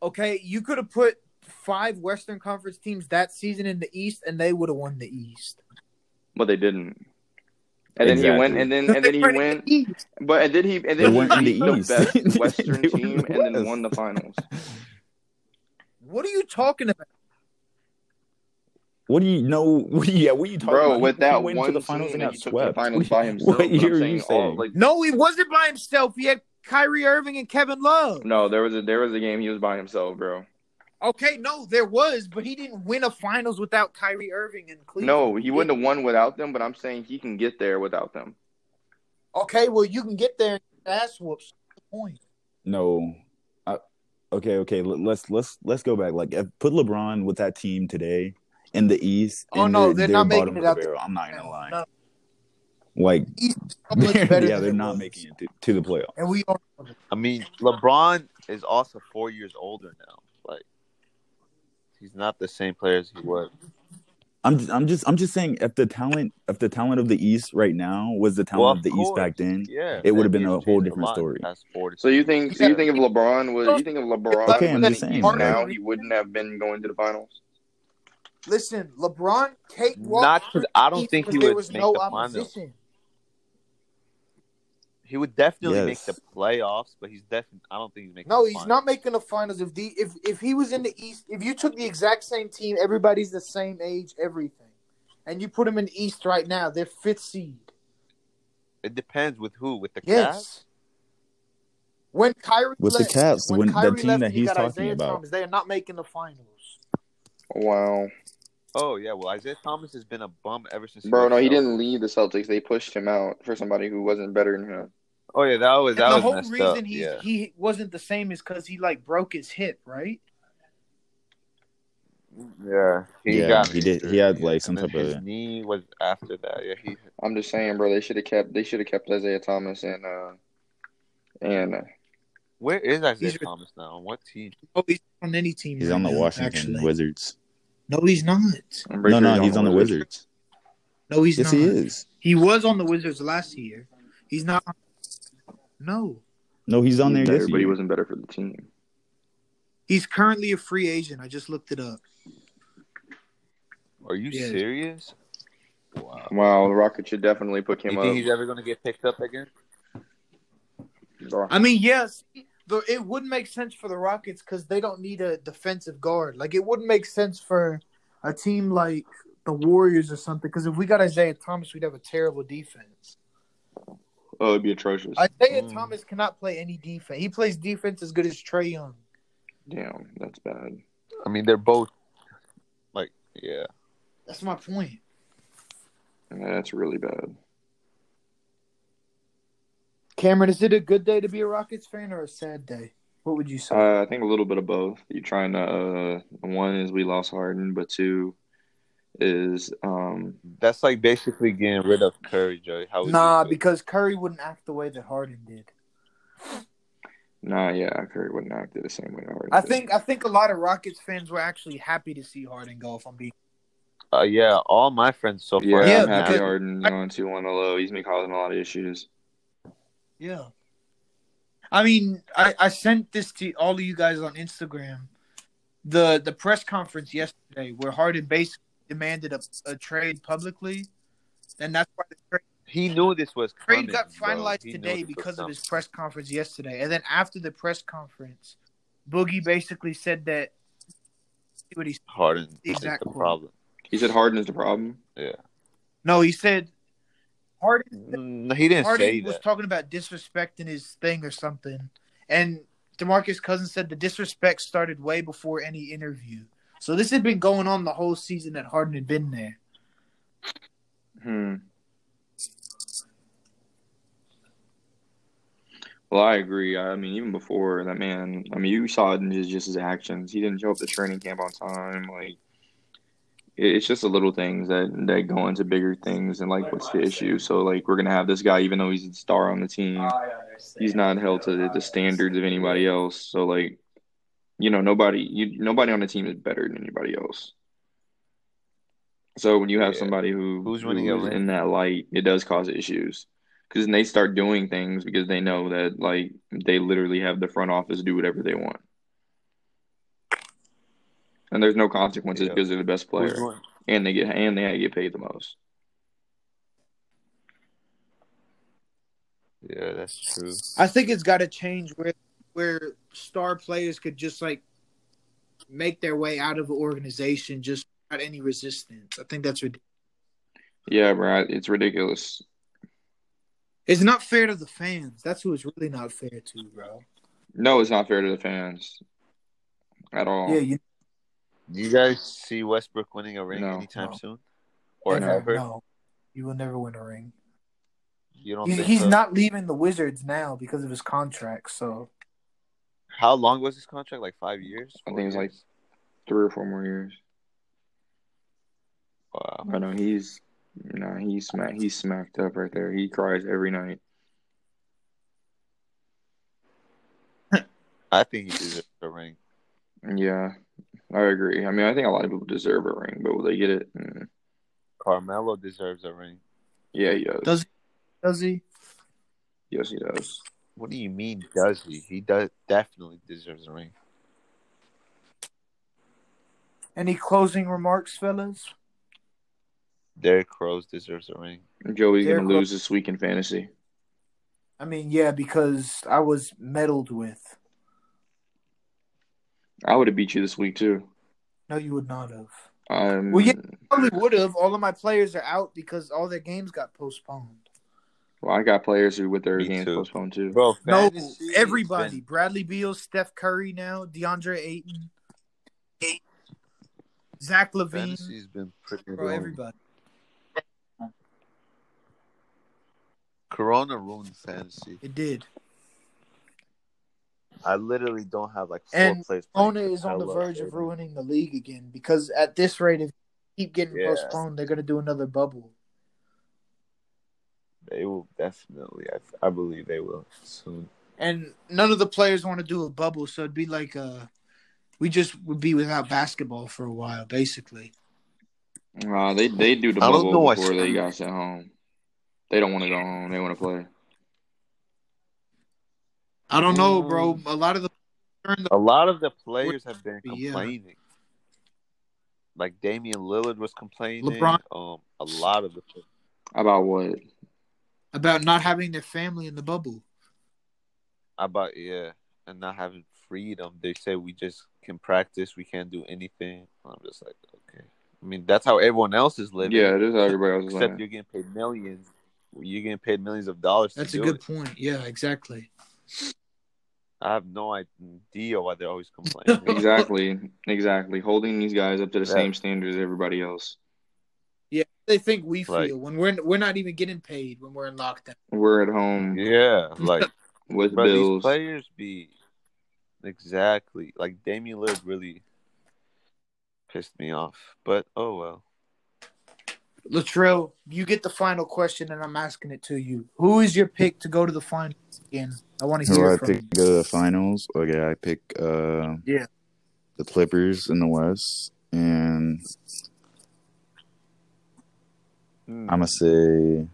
Speaker 1: Okay, you could have put five Western Conference teams that season in the East, and they would have won the East.
Speaker 2: But they didn't. And then he went
Speaker 3: Exactly.
Speaker 2: and then
Speaker 1: 'Cause
Speaker 2: and then
Speaker 1: they
Speaker 2: he
Speaker 1: weren't in
Speaker 2: went
Speaker 1: the East.
Speaker 2: but and then he and
Speaker 3: They
Speaker 2: then he
Speaker 3: weren't in the
Speaker 2: beat the
Speaker 3: East.
Speaker 2: best Western
Speaker 3: they were
Speaker 2: team
Speaker 3: in
Speaker 2: and then won
Speaker 3: the
Speaker 2: the finals.
Speaker 3: West.
Speaker 1: What are you talking about?
Speaker 3: What do you know? What do you, yeah, what are you talking
Speaker 2: Bro,
Speaker 3: about? He,
Speaker 2: with
Speaker 3: he
Speaker 2: that
Speaker 3: went to the
Speaker 2: one
Speaker 3: finals
Speaker 2: team
Speaker 3: and
Speaker 2: that
Speaker 3: got
Speaker 2: he took to the
Speaker 3: swept.
Speaker 2: finals
Speaker 3: What,
Speaker 2: by
Speaker 3: what
Speaker 2: himself, but I'm
Speaker 3: year are you
Speaker 2: saying all
Speaker 3: saying?
Speaker 2: like
Speaker 1: No, he wasn't by himself. He had Kyrie Irving and Kevin Love.
Speaker 2: no, there was a there was a game he was by himself, bro.
Speaker 1: Okay, no, there was, but he didn't win a finals without Kyrie Irving and Cleveland.
Speaker 2: No, he wouldn't have won without them, but I'm saying he can get there without them.
Speaker 1: Okay, well, you can get there and ass whoops. What's the point?
Speaker 3: No. I, okay, okay. Let, let's let's let's go back. Like, if- put LeBron with that team today in the East.
Speaker 1: Oh,
Speaker 3: and
Speaker 1: no, they're
Speaker 3: they're, they're
Speaker 1: not making
Speaker 3: bottom
Speaker 1: it
Speaker 3: of the
Speaker 1: out the-
Speaker 3: barrel. I'm not gonna lie.
Speaker 1: No,
Speaker 3: Like,
Speaker 1: East is so much
Speaker 3: they're,
Speaker 1: better
Speaker 3: yeah,
Speaker 1: than
Speaker 3: they're
Speaker 1: it
Speaker 3: not
Speaker 1: was.
Speaker 3: making it to, to the playoff.
Speaker 1: And we all know that.
Speaker 5: I mean, LeBron is also four years older now. Like, he's not the same player as he was.
Speaker 3: I'm just, I'm just I'm just saying if the talent if the talent of the East right now was the talent
Speaker 5: Well,
Speaker 3: of
Speaker 5: of
Speaker 3: the East
Speaker 5: course,
Speaker 3: back then,
Speaker 5: yeah.
Speaker 3: it would have
Speaker 5: the
Speaker 3: been a
Speaker 5: NBA's
Speaker 3: whole
Speaker 5: changed
Speaker 3: different
Speaker 5: lot in the
Speaker 3: story.
Speaker 5: past four to
Speaker 2: So you
Speaker 5: six
Speaker 2: think so
Speaker 5: years.
Speaker 2: you think if LeBron was you think if
Speaker 3: Okay,
Speaker 2: LeBron
Speaker 3: I'm
Speaker 2: was in
Speaker 3: just
Speaker 2: the
Speaker 3: saying
Speaker 2: East
Speaker 1: Part of
Speaker 3: like
Speaker 1: the
Speaker 2: now, he
Speaker 1: reason,
Speaker 2: wouldn't have been going to the finals?
Speaker 1: listen, LeBron cakewalked
Speaker 5: Not
Speaker 1: through
Speaker 5: because I
Speaker 1: the
Speaker 5: don't
Speaker 1: East
Speaker 5: think
Speaker 1: because
Speaker 5: he
Speaker 1: there
Speaker 5: would
Speaker 1: was
Speaker 5: make
Speaker 1: no
Speaker 5: the finals.
Speaker 1: opposition.
Speaker 5: He would definitely make the
Speaker 3: yes.
Speaker 5: playoffs, but he's definitely. I don't think he's making.
Speaker 1: No,
Speaker 5: the
Speaker 1: he's
Speaker 5: finals.
Speaker 1: not making the finals. If the if if he was in the East, if you took the exact same team, everybody's the same age, everything, and you put them in the East right now, they're fifth seed.
Speaker 5: It depends with who, with the Cavs.
Speaker 1: Yes. When Kyrie
Speaker 3: With the
Speaker 1: left,
Speaker 3: Cavs,
Speaker 1: when
Speaker 3: when the
Speaker 1: Kyrie
Speaker 3: team
Speaker 1: left,
Speaker 3: that
Speaker 1: and you
Speaker 3: he's
Speaker 1: got
Speaker 3: talking
Speaker 1: Isaiah
Speaker 3: about.
Speaker 1: Thomas, they are not making the finals.
Speaker 2: Wow.
Speaker 5: Oh yeah, well Isaiah Thomas has been a bum ever since he
Speaker 2: Bro,
Speaker 5: left.
Speaker 2: no, he
Speaker 5: Celtics.
Speaker 2: didn't leave the Celtics. They pushed him out for somebody who wasn't better than him.
Speaker 5: Oh yeah, that was that
Speaker 1: And the
Speaker 5: was
Speaker 1: whole
Speaker 5: messed up.
Speaker 1: reason he
Speaker 5: Yeah,
Speaker 1: he wasn't the same is because he like broke his hip, right?
Speaker 5: yeah, he
Speaker 3: Yeah,
Speaker 5: got
Speaker 3: he did he
Speaker 5: injured,
Speaker 3: had
Speaker 5: yeah.
Speaker 3: like some
Speaker 5: and then
Speaker 3: type
Speaker 5: his
Speaker 3: of
Speaker 5: knee was after that. Yeah, he
Speaker 2: I'm just saying, bro, they should have kept they should have kept Isaiah Thomas and uh and uh,
Speaker 5: Where is Isaiah
Speaker 1: He's-
Speaker 5: Thomas now? On what team?
Speaker 1: No, he's not on any team
Speaker 3: he's
Speaker 1: right
Speaker 3: on the
Speaker 1: now.
Speaker 3: Washington
Speaker 1: Actually,
Speaker 3: Wizards.
Speaker 1: no, he's not.
Speaker 2: I'm pretty sure
Speaker 3: No,
Speaker 2: he's
Speaker 3: no,
Speaker 2: on
Speaker 3: he's
Speaker 2: the
Speaker 3: on the
Speaker 2: Wizards.
Speaker 3: Wizards.
Speaker 1: No, he's
Speaker 3: Yes,
Speaker 1: not.
Speaker 3: he is.
Speaker 1: He was on the Wizards last year. He's not. No,
Speaker 3: No, he's on
Speaker 2: He's
Speaker 3: there
Speaker 2: better,
Speaker 3: this
Speaker 2: but he
Speaker 3: year.
Speaker 2: wasn't better for the team.
Speaker 1: he's currently a free agent. I just looked it up.
Speaker 5: Are you
Speaker 1: Yeah.
Speaker 5: serious? Wow.
Speaker 2: Wow, the Rockets should definitely pick
Speaker 5: You
Speaker 2: him
Speaker 5: think
Speaker 2: up.
Speaker 5: he's ever going to get picked up again?
Speaker 2: Bro.
Speaker 1: I mean, yes, the, it wouldn't make sense for the Rockets because they don't need a defensive guard. Like, it wouldn't make sense for a team like the Warriors or something because if we got Isaiah Thomas, we'd have a terrible defense.
Speaker 2: Oh, it'd be atrocious.
Speaker 1: Isaiah
Speaker 5: Mm.
Speaker 1: Thomas cannot play any defense. He plays defense as good as Trey Young.
Speaker 2: Damn, that's bad.
Speaker 5: I mean, they're both like, yeah.
Speaker 1: That's my point.
Speaker 2: Yeah, that's really bad.
Speaker 1: Cameron, is it a good day to be a Rockets fan or a sad day? What would you say?
Speaker 2: Uh, I think a little bit of both. You're trying to uh, one is we lost Harden, but two is um
Speaker 5: That's like basically getting rid of Curry, Joey. How would
Speaker 1: nah,
Speaker 5: you feel?
Speaker 1: because Curry wouldn't act the way that Harden did.
Speaker 2: nah yeah Curry wouldn't act the same way Harden.
Speaker 1: I
Speaker 2: did.
Speaker 1: think I think a lot of Rockets fans were actually happy to see Harden go. If I'm being
Speaker 5: Uh, yeah, all my friends so far.
Speaker 1: Yeah,
Speaker 2: Yeah, I'm
Speaker 5: have
Speaker 2: happy
Speaker 1: because-
Speaker 2: Harden's going to one low. He's been causing a lot of issues.
Speaker 1: yeah, I mean, I, I sent this to all of you guys on Instagram. The the press conference yesterday where Harden basically demanded a, a trade publicly, and that's why the trade,
Speaker 5: He knew this was coming.
Speaker 1: trade got
Speaker 5: bro.
Speaker 1: finalized
Speaker 5: He knew
Speaker 1: today
Speaker 5: this was
Speaker 1: because of
Speaker 5: coming.
Speaker 1: his press conference yesterday. And then after the press conference, Boogie basically said that see what he
Speaker 5: Harden
Speaker 1: The
Speaker 5: is
Speaker 1: exact
Speaker 5: the
Speaker 1: quote.
Speaker 5: problem.
Speaker 2: He said Harden is the problem.
Speaker 5: Yeah.
Speaker 1: no, he said Harden
Speaker 5: Mm, he didn't say
Speaker 1: Harden was
Speaker 5: that.
Speaker 1: talking about disrespecting his thing or something, and Demarcus Cousins said the disrespect started way before any interview. So this had been going on the whole season that Harden had been there.
Speaker 2: Hmm. Well, I agree. I mean, even before that man, I mean, you saw it in his, just his actions. He didn't show up to training camp on time. Like, it- it's just the little things that that go into bigger things. And like, what's the issue? So like, we're gonna have this guy, even though he's a star on the team, he's not held to the standards of anybody else. So like, you know, nobody, you nobody on the team is better than anybody else. So when you have
Speaker 5: Yeah.
Speaker 2: somebody who
Speaker 5: Who's winning
Speaker 2: who's
Speaker 5: LA?
Speaker 2: in that light, it does cause issues because then they start doing things because they know that like they literally have the front office do whatever they want, and there's no consequences
Speaker 5: Yeah.
Speaker 2: because they're the best player
Speaker 5: Who's going?
Speaker 2: and they get and they get paid the most.
Speaker 5: Yeah, that's true.
Speaker 1: I think it's got to change where where star players could just like make their way out of an organization just without any resistance. I think that's ridiculous.
Speaker 2: Yeah, bro, it's ridiculous.
Speaker 1: It's not fair to the fans. That's who it's really not fair to, bro.
Speaker 2: No, it's not fair to the fans at
Speaker 5: Oh,
Speaker 2: all.
Speaker 1: Yeah, you
Speaker 5: Do you guys see Westbrook winning a ring
Speaker 2: No.
Speaker 5: anytime
Speaker 1: No.
Speaker 5: soon? Or
Speaker 1: never,
Speaker 5: ever?
Speaker 1: no, you will never win a ring.
Speaker 5: You don't
Speaker 1: He,
Speaker 5: think
Speaker 1: he's
Speaker 5: so?
Speaker 1: not leaving the Wizards now because of his contract. So
Speaker 5: How long was his contract? Like five years?
Speaker 2: I
Speaker 5: Four
Speaker 2: think it's like-
Speaker 5: years?
Speaker 2: Three or four more years.
Speaker 5: Wow.
Speaker 2: I know he's nah, he's smack, he's smacked up right there. He cries every night.
Speaker 5: I think he deserves a ring.
Speaker 2: Yeah, I agree. I mean, I think a lot of people deserve a ring, but will they get it? Mm.
Speaker 5: Carmelo deserves a ring.
Speaker 2: Yeah, he does.
Speaker 1: does does he?
Speaker 2: Yes, he does.
Speaker 5: What do you mean? Does he? He does definitely deserves a ring.
Speaker 1: Any closing remarks, fellas?
Speaker 5: Derrick Rose deserves a ring.
Speaker 2: Joey's
Speaker 1: Derrick
Speaker 2: gonna lose this week in fantasy.
Speaker 1: I mean, yeah, because I was meddled with.
Speaker 2: I would have beat you this week too.
Speaker 1: No, you would not have.
Speaker 2: Um,
Speaker 1: Well, yeah. Probably would have. All of my players are out because all their games got postponed.
Speaker 2: well, I got players who with their
Speaker 5: Me
Speaker 2: games
Speaker 5: too.
Speaker 2: postponed too.
Speaker 5: Bro,
Speaker 1: No,
Speaker 5: fantasy has
Speaker 1: everybody.
Speaker 5: been-
Speaker 1: Bradley Beal, Steph Curry now, DeAndre Ayton, Zach Levine,
Speaker 5: fantasy's been pretty
Speaker 1: bro,
Speaker 5: long.
Speaker 1: everybody.
Speaker 5: Corona ruined fantasy.
Speaker 1: It did.
Speaker 5: I literally don't have like four
Speaker 1: And
Speaker 5: players. playing
Speaker 1: Ona is on the
Speaker 5: Capella,
Speaker 1: verge of
Speaker 5: Aiden.
Speaker 1: ruining the league again because at this rate, if you keep getting
Speaker 5: Yeah.
Speaker 1: postponed, they're gonna do another bubble.
Speaker 5: They will definitely. I, I believe they will soon.
Speaker 1: And none of the players want to do a bubble, so it'd be like uh we just would be without basketball for a while, basically.
Speaker 2: Uh, they they do the
Speaker 5: I don't know
Speaker 2: bubble
Speaker 5: why-
Speaker 2: before they got sent home. They don't want to go home. They want to play.
Speaker 1: I don't know,
Speaker 5: Mm.
Speaker 1: bro. A lot of the during the
Speaker 5: A lot of the players have been
Speaker 1: Yeah.
Speaker 5: complaining. Like Damian Lillard was complaining.
Speaker 1: LeBron-
Speaker 5: Um, a lot of the
Speaker 2: About what?
Speaker 1: about not having their family in the bubble.
Speaker 5: about yeah, and not having freedom. They say we just can practice. We can't do anything. I'm just like, okay. I mean, that's how everyone else is living.
Speaker 2: Yeah, this is how everybody else is
Speaker 5: Except
Speaker 2: playing.
Speaker 5: you're getting paid millions. You're getting paid millions of dollars.
Speaker 1: That's
Speaker 5: to
Speaker 1: a
Speaker 5: do
Speaker 1: good
Speaker 5: It.
Speaker 1: point. Yeah, exactly.
Speaker 5: I have no idea why they're always complaining.
Speaker 2: Exactly, exactly. Holding these guys up to the
Speaker 5: Yeah.
Speaker 2: same standards as everybody else.
Speaker 1: Yeah, they think we feel
Speaker 5: Like-
Speaker 1: when we're we're not even getting paid when we're in lockdown.
Speaker 2: We're at home
Speaker 5: yeah, like
Speaker 2: with
Speaker 5: but these
Speaker 2: Bills.
Speaker 5: players be exactly like Damian Lillard really pissed me off. But oh well,
Speaker 1: Latrell, you get the final question, and I'm asking it to you. Who is your pick to go to the finals again? I want to
Speaker 3: Who
Speaker 1: hear
Speaker 3: I
Speaker 1: it from
Speaker 3: pick to
Speaker 1: you.
Speaker 3: go to the finals? Okay, I pick uh
Speaker 1: Yeah.
Speaker 3: the Clippers in the West, and
Speaker 5: Hmm.
Speaker 3: I'm gonna say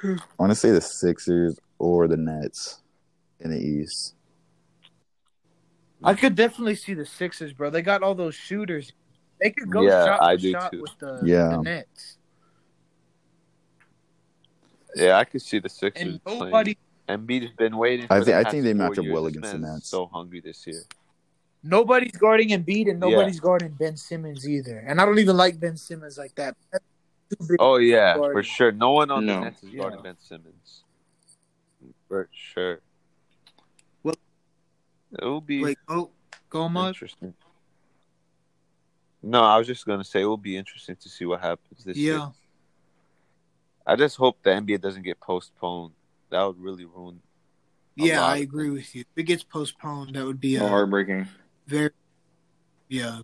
Speaker 1: Hmm.
Speaker 3: I'm gonna say the Sixers or the Nets in the East.
Speaker 1: I could definitely see the Sixers, bro. They got all those shooters. They could go
Speaker 5: Yeah,
Speaker 1: shot for
Speaker 5: I do
Speaker 1: shot
Speaker 5: too.
Speaker 1: with the,
Speaker 3: Yeah.
Speaker 1: the Nets,
Speaker 5: yeah, I could see the Sixers
Speaker 1: and nobody,
Speaker 5: playing. Embiid has been waiting. For
Speaker 3: I
Speaker 5: the
Speaker 3: think- I
Speaker 5: past
Speaker 3: think they
Speaker 5: four
Speaker 3: match up
Speaker 5: years.
Speaker 3: well
Speaker 5: This
Speaker 3: against the
Speaker 5: man is
Speaker 3: Nets.
Speaker 5: So hungry this year.
Speaker 1: nobody's guarding Embiid, and nobody's guarding Ben Simmons either. And I don't even like Ben Simmons like that. That's too big.
Speaker 5: Oh yeah, for
Speaker 1: Guarding.
Speaker 5: sure. No one on
Speaker 2: No.
Speaker 5: the Nets is
Speaker 1: Yeah.
Speaker 5: guarding Ben Simmons. For sure.
Speaker 1: Well-
Speaker 5: it will be
Speaker 1: Wait, go, go, Mud.
Speaker 5: interesting. No, I was just gonna say it will be interesting to see what happens this year.
Speaker 1: Yeah,
Speaker 5: I just hope the NBA doesn't get postponed. That would really ruin. a
Speaker 6: Yeah,
Speaker 5: lot
Speaker 6: I
Speaker 5: of
Speaker 6: agree
Speaker 5: things.
Speaker 6: with you. If it gets postponed, that would be
Speaker 2: So
Speaker 6: a
Speaker 2: heartbreaking.
Speaker 6: very yeah.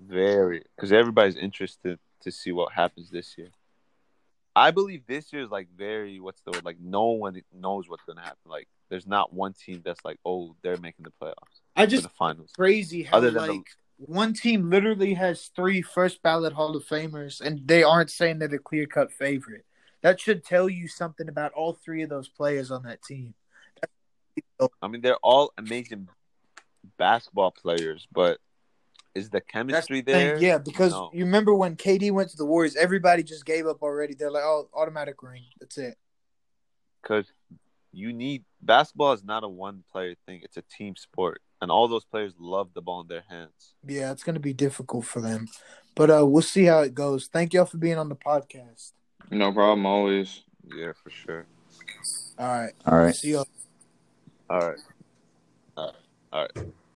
Speaker 5: Very, because everybody's interested to see what happens this year. I believe this year is like very what's the word like no one knows what's gonna happen. Like there's not one team that's like oh they're making the playoffs
Speaker 1: I
Speaker 5: for
Speaker 1: just
Speaker 5: the finals.
Speaker 1: crazy how
Speaker 5: Other
Speaker 1: like
Speaker 5: than the-
Speaker 1: one team literally has three first ballot Hall of Famers and they aren't saying they're the clear cut favorite. That should tell you something about all three of those players on that team.
Speaker 5: I mean they're all amazing basketball players, but is the
Speaker 1: That's
Speaker 5: chemistry
Speaker 1: the thing,
Speaker 5: there?
Speaker 1: yeah, because
Speaker 5: No.
Speaker 1: you remember when KD went to the Warriors, everybody just gave up already. They're like, "Oh, automatic ring, that's it."
Speaker 5: because you need basketball is not a one player thing; it's a team sport, and all those players love the ball in their hands.
Speaker 1: Yeah, it's gonna be difficult for them, but uh, we'll see how it goes. Thank y'all for being on the podcast.
Speaker 2: No problem. Always.
Speaker 5: Yeah, for sure.
Speaker 1: All right,
Speaker 3: All right.
Speaker 1: see y'all.
Speaker 5: All right.